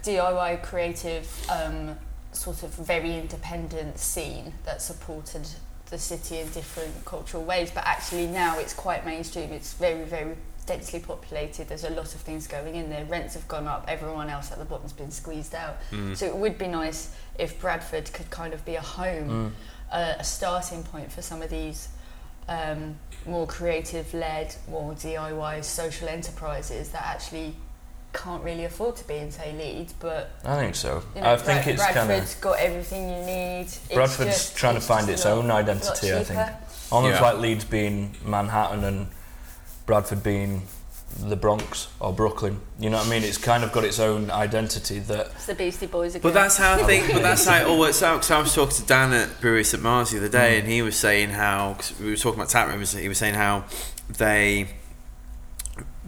S4: DIY creative, um, sort of very independent scene that supported the city in different cultural ways, but actually now it's quite mainstream. It's very, very densely populated. There's a lot of things going in there. Rents have gone up. Everyone else at the bottom's been squeezed out. So it would be nice if Bradford could kind of be a home, uh, a starting point for some of these um, more creative led, more DIY social enterprises that actually can't really afford to be in, say, Leeds, but
S2: I think so.
S4: you know,
S2: I think
S4: Brad-
S2: it's kind
S4: Bradford's
S2: of
S4: got everything you need. It's
S2: Bradford's
S4: just-
S2: trying to
S4: it's
S2: find
S4: just
S2: its
S4: a lot-
S2: own
S4: lot
S2: identity. I think
S4: cheaper.
S1: Yeah.
S2: almost like Leeds being Manhattan and Bradford being the Bronx or Brooklyn. You know what I mean? It's kind of got its own identity that
S4: It's the Beastie Boys again.
S1: But that's how I think. But that's how it all works out. Because I was talking to Dan at Brewery St Mars the other day, and he was saying how 'cause we were talking about tap rooms. and He was saying how they,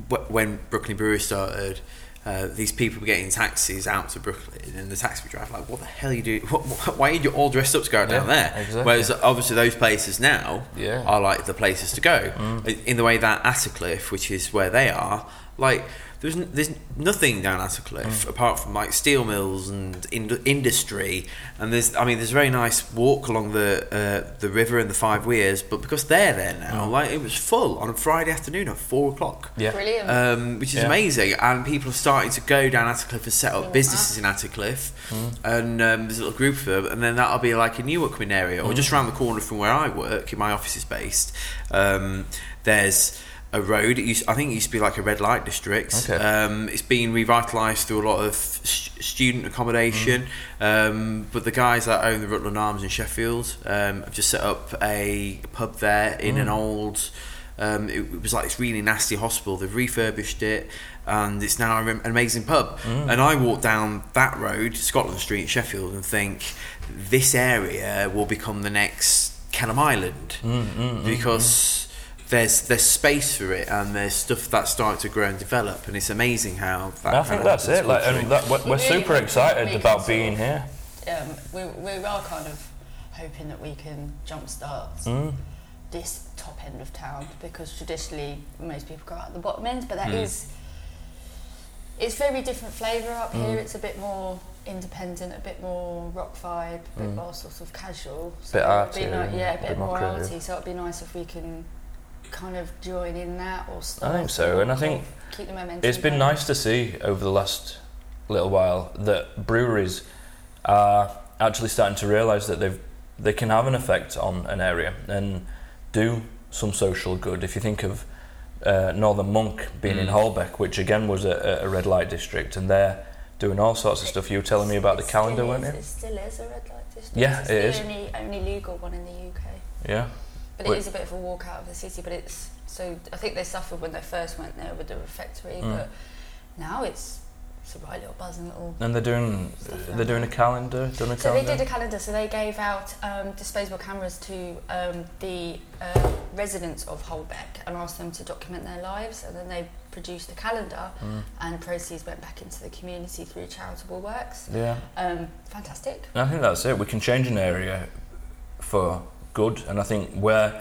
S1: wh- when Brooklyn Brewery started, uh, these people were getting taxis out to Brooklyn, and the taxi would drive like, "What the hell are you doing? What, what, why are you all dressed up to go out down
S2: Yeah,
S1: there?"
S2: exactly.
S1: Whereas obviously those places now
S2: Yeah.
S1: are like the places to go. In the way that Attercliffe, which is where they are, like there's n- there's nothing down Attercliffe apart from like steel mills and in- industry. And there's I mean there's a very nice walk along the uh, the river and the Five Weirs, but because they're there now, like it was full on a Friday afternoon at four o'clock.
S2: yeah.
S4: Brilliant.
S1: Um, which is
S2: Yeah.
S1: amazing, and people are starting to go down Attercliffe and set up businesses in Attercliffe, and um, there's a little group of them, and then that'll be like a new upcoming area, or just around the corner from where I work, in my office is based. Um, there's a road. It used, I think it used to be like a red light district.
S2: Okay.
S1: Um, it's been revitalised through a lot of st- student accommodation, um, but the guys that own the Rutland Arms in Sheffield um, have just set up a pub there in an old. Um, it, it was like this really nasty hospital. They've refurbished it, and it's now an amazing pub. And I walk down that road, Scotland Street, Sheffield, and think this area will become the next Canham Island because there's there's space for it and there's stuff that's starting to grow and develop and it's amazing how that
S2: I
S1: kind
S2: think
S1: of
S2: that's
S1: happens
S2: it. Like,
S1: culturally.
S2: and that, we're, we're
S4: Really
S2: super
S4: hoping that
S2: excited
S4: we
S2: about
S4: can sort
S2: being
S4: of-
S2: here.
S4: um, we, we are kind of hoping that we can jumpstart
S2: Hmm.
S4: this top end of town because traditionally most people go out the bottom end, but that
S2: Hmm.
S4: is it's very different flavour up
S2: Hmm.
S4: here. It's a bit more independent, a bit more rock vibe, a bit more sort of casual.
S2: Hmm.
S4: So
S2: Bit
S4: it would be
S2: arty,
S4: ni- yeah, a bit, more
S2: creative.
S4: arty. So it'd be nice if we can kind of join in that or start.
S2: think so, and I think
S4: keep the momentum.
S2: It's been
S4: going.
S2: nice to see over the last little while that breweries are actually starting to realise that they've they can have an effect on an area and do some social good. If you think of uh, Northern Monk being in
S4: Mm.
S2: Holbeck, which again was a, a a red light district, and they're doing all sorts of stuff. You were telling me about the
S4: It
S2: calendar,
S4: still
S2: weren't
S4: is-
S2: you?
S4: It still is a red light district.
S2: Yeah,
S4: it's
S2: it
S4: the
S2: is.
S4: Only, only legal one in the UK,
S2: Yeah.
S4: but
S2: Wait.
S4: it is a bit of a walk out of the city. But it's so I think they suffered when they first went there with the refectory,
S2: Mm.
S4: but now it's it's a right little buzzing little.
S2: And they're doing they're doing a calendar. Done a
S4: So they
S2: calendar.
S4: did a calendar. So they gave out um, disposable cameras to um, the uh, residents of Holbeck and asked them to document their lives, and then they produced a calendar,
S2: Mm.
S4: and proceeds went back into the community through charitable works.
S2: yeah.
S4: Um, fantastic.
S2: And I think that's it. We can change an area for good, and I think we're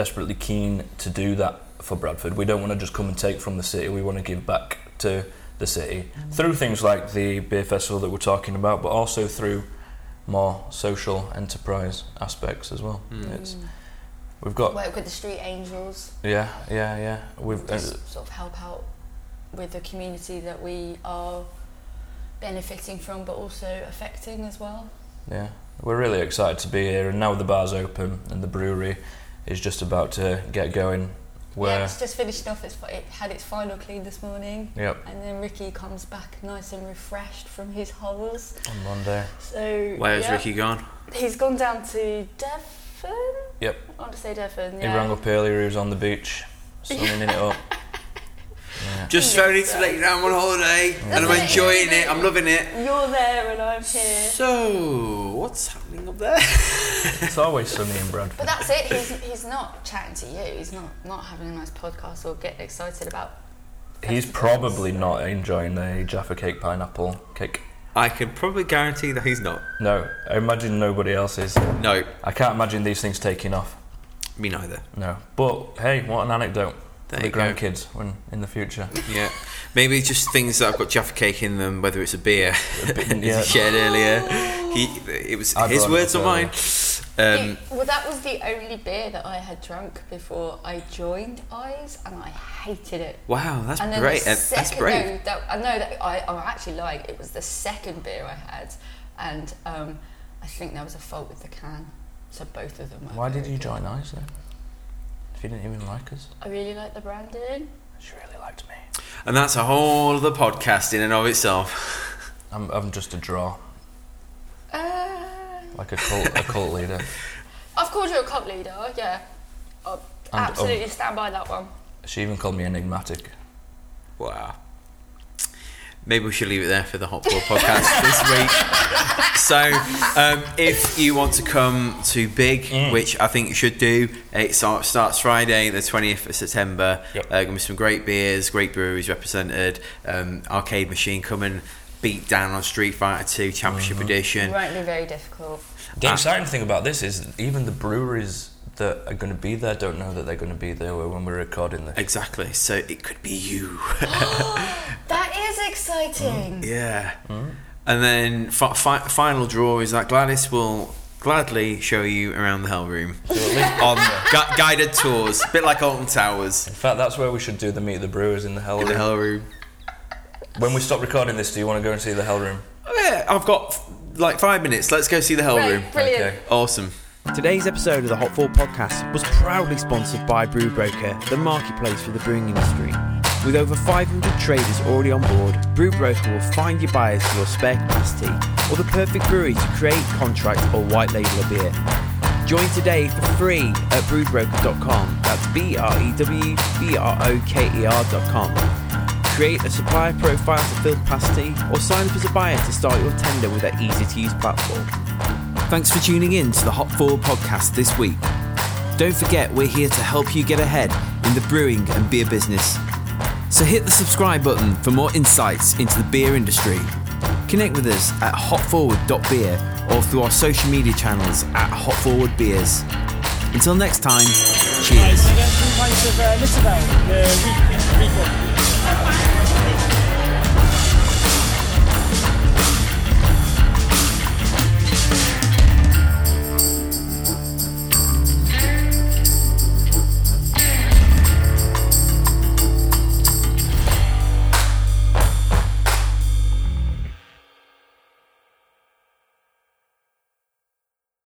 S2: desperately keen to do that for Bradford. We don't want to just come and take from the city. We want to give back to the city through things like the beer festival that we're talking about, but also through more social enterprise aspects as well.
S1: Hmm.
S2: It's
S4: Mm.
S2: we've got
S4: Work with the street angels.
S2: yeah yeah yeah we've uh,
S4: just sort of help out with the community that we are benefiting from but also affecting as well.
S2: Yeah, we're really excited to be here, and now the bar's open and the brewery is just about to get going. We're
S4: Yeah, it's just finished off. It's, it had its final clean this morning.
S2: Yep.
S4: And then Ricky comes back nice and refreshed from his hobbles.
S2: on Monday.
S4: So
S1: Where's
S4: yeah.
S1: Ricky gone?
S4: He's gone down to Devon.
S2: Yep,
S4: I want to say Devon.
S2: he
S4: Yeah.
S2: rang up earlier. He was on the beach, sunning it up.
S1: Just so I need to let you know I'm on holiday and I'm enjoying it. I'm loving it.
S4: You're there and I'm here.
S1: So, what's happening up there?
S2: It's always sunny in Bradford.
S4: But that's it. He's, he's not chatting to you. He's not, not having a nice podcast or getting excited about.
S2: He's probably not enjoying the Jaffa Cake pineapple cake.
S1: I can probably guarantee that he's not.
S2: No, I imagine nobody else is.
S1: No,
S2: I can't imagine these things taking off.
S1: me neither.
S2: No, but hey, what an anecdote
S1: There
S2: for the
S1: you go.
S2: grandkids when in the future.
S1: Yeah, maybe it's just things that I've got Jaffa cake in them, whether it's a beer, as
S2: yeah.
S1: he shared earlier. He, it was
S2: I'd
S1: his
S2: rather
S1: words or
S2: not
S1: mine. Um,
S4: well, that was the only beer that I had drunk before I joined Eyes, and I hated it.
S1: wow, that's
S4: and then
S1: great.
S4: The
S1: uh,
S4: second,
S1: That's brave.
S4: No, that, I know that I, I actually like it was the second beer I had, and um, I think there was a fault with the can. So both of them. Were
S2: Why did
S4: very
S2: you
S4: good.
S2: join ICE then? If you didn't even like us,
S4: I really like the branding.
S2: she really liked me.
S1: And that's a whole other podcast in and of itself.
S2: I'm, I'm just a draw,
S4: Uh,
S2: like a cult, a cult leader.
S4: I've called you a cult leader, yeah. I
S1: um,
S4: absolutely stand by that one.
S2: She even called me enigmatic.
S1: Wow. Maybe we should leave it there for the Hot Pool podcast this week. So, um, if you want to come to Big, which I think you should do, it start, starts Friday, the 20th of September.
S2: Yep.
S1: Uh, going to be some great beers, great breweries represented. Um, Arcade Machine come and beat down on Street Fighter 2 Championship Edition.
S4: won't be very difficult.
S2: The
S1: Ah.
S2: exciting thing about this is even the breweries that are going to be there don't know that they're going to be there when we're recording this.
S1: Exactly. So, it could be you.
S4: That is exciting.
S1: Yeah. And then fi- fi- final draw is that Gladys will gladly show you around the Hell Room on gu- guided tours, bit like Alton Towers
S2: In fact, that's where we should do the meet the brewers in the hell
S1: in the
S2: room.
S1: Hell Room.
S2: When we stop recording this, do you want to go and see the hell room?
S1: Yeah, I've got f- like five minutes. Let's go see the Hell Room.
S4: Brilliant.
S2: Okay.
S1: Awesome.
S5: Today's episode of the Hot Four podcast was proudly sponsored by Brewbroker, the marketplace for the brewing industry. With over 500 traders already on board, Brewbroker will find your buyers for your spare capacity or the perfect brewery to create, contract, or white label a beer. Join today for free at brewbroker.com. That's B R E W B R O K E R.com. Create a supplier profile to fill capacity or sign up as a buyer to start your tender with their easy to use platform. Thanks for tuning in to the Hop Forward podcast this week. Don't forget, we're here to help you get ahead in the brewing and beer business. So hit the subscribe button for more insights into the beer industry. Connect with us at hotforward.beer or through our social media channels at Hot Forward Beers. Until next time, cheers.
S6: I got two pints of uh, Lissabon, the week, week one.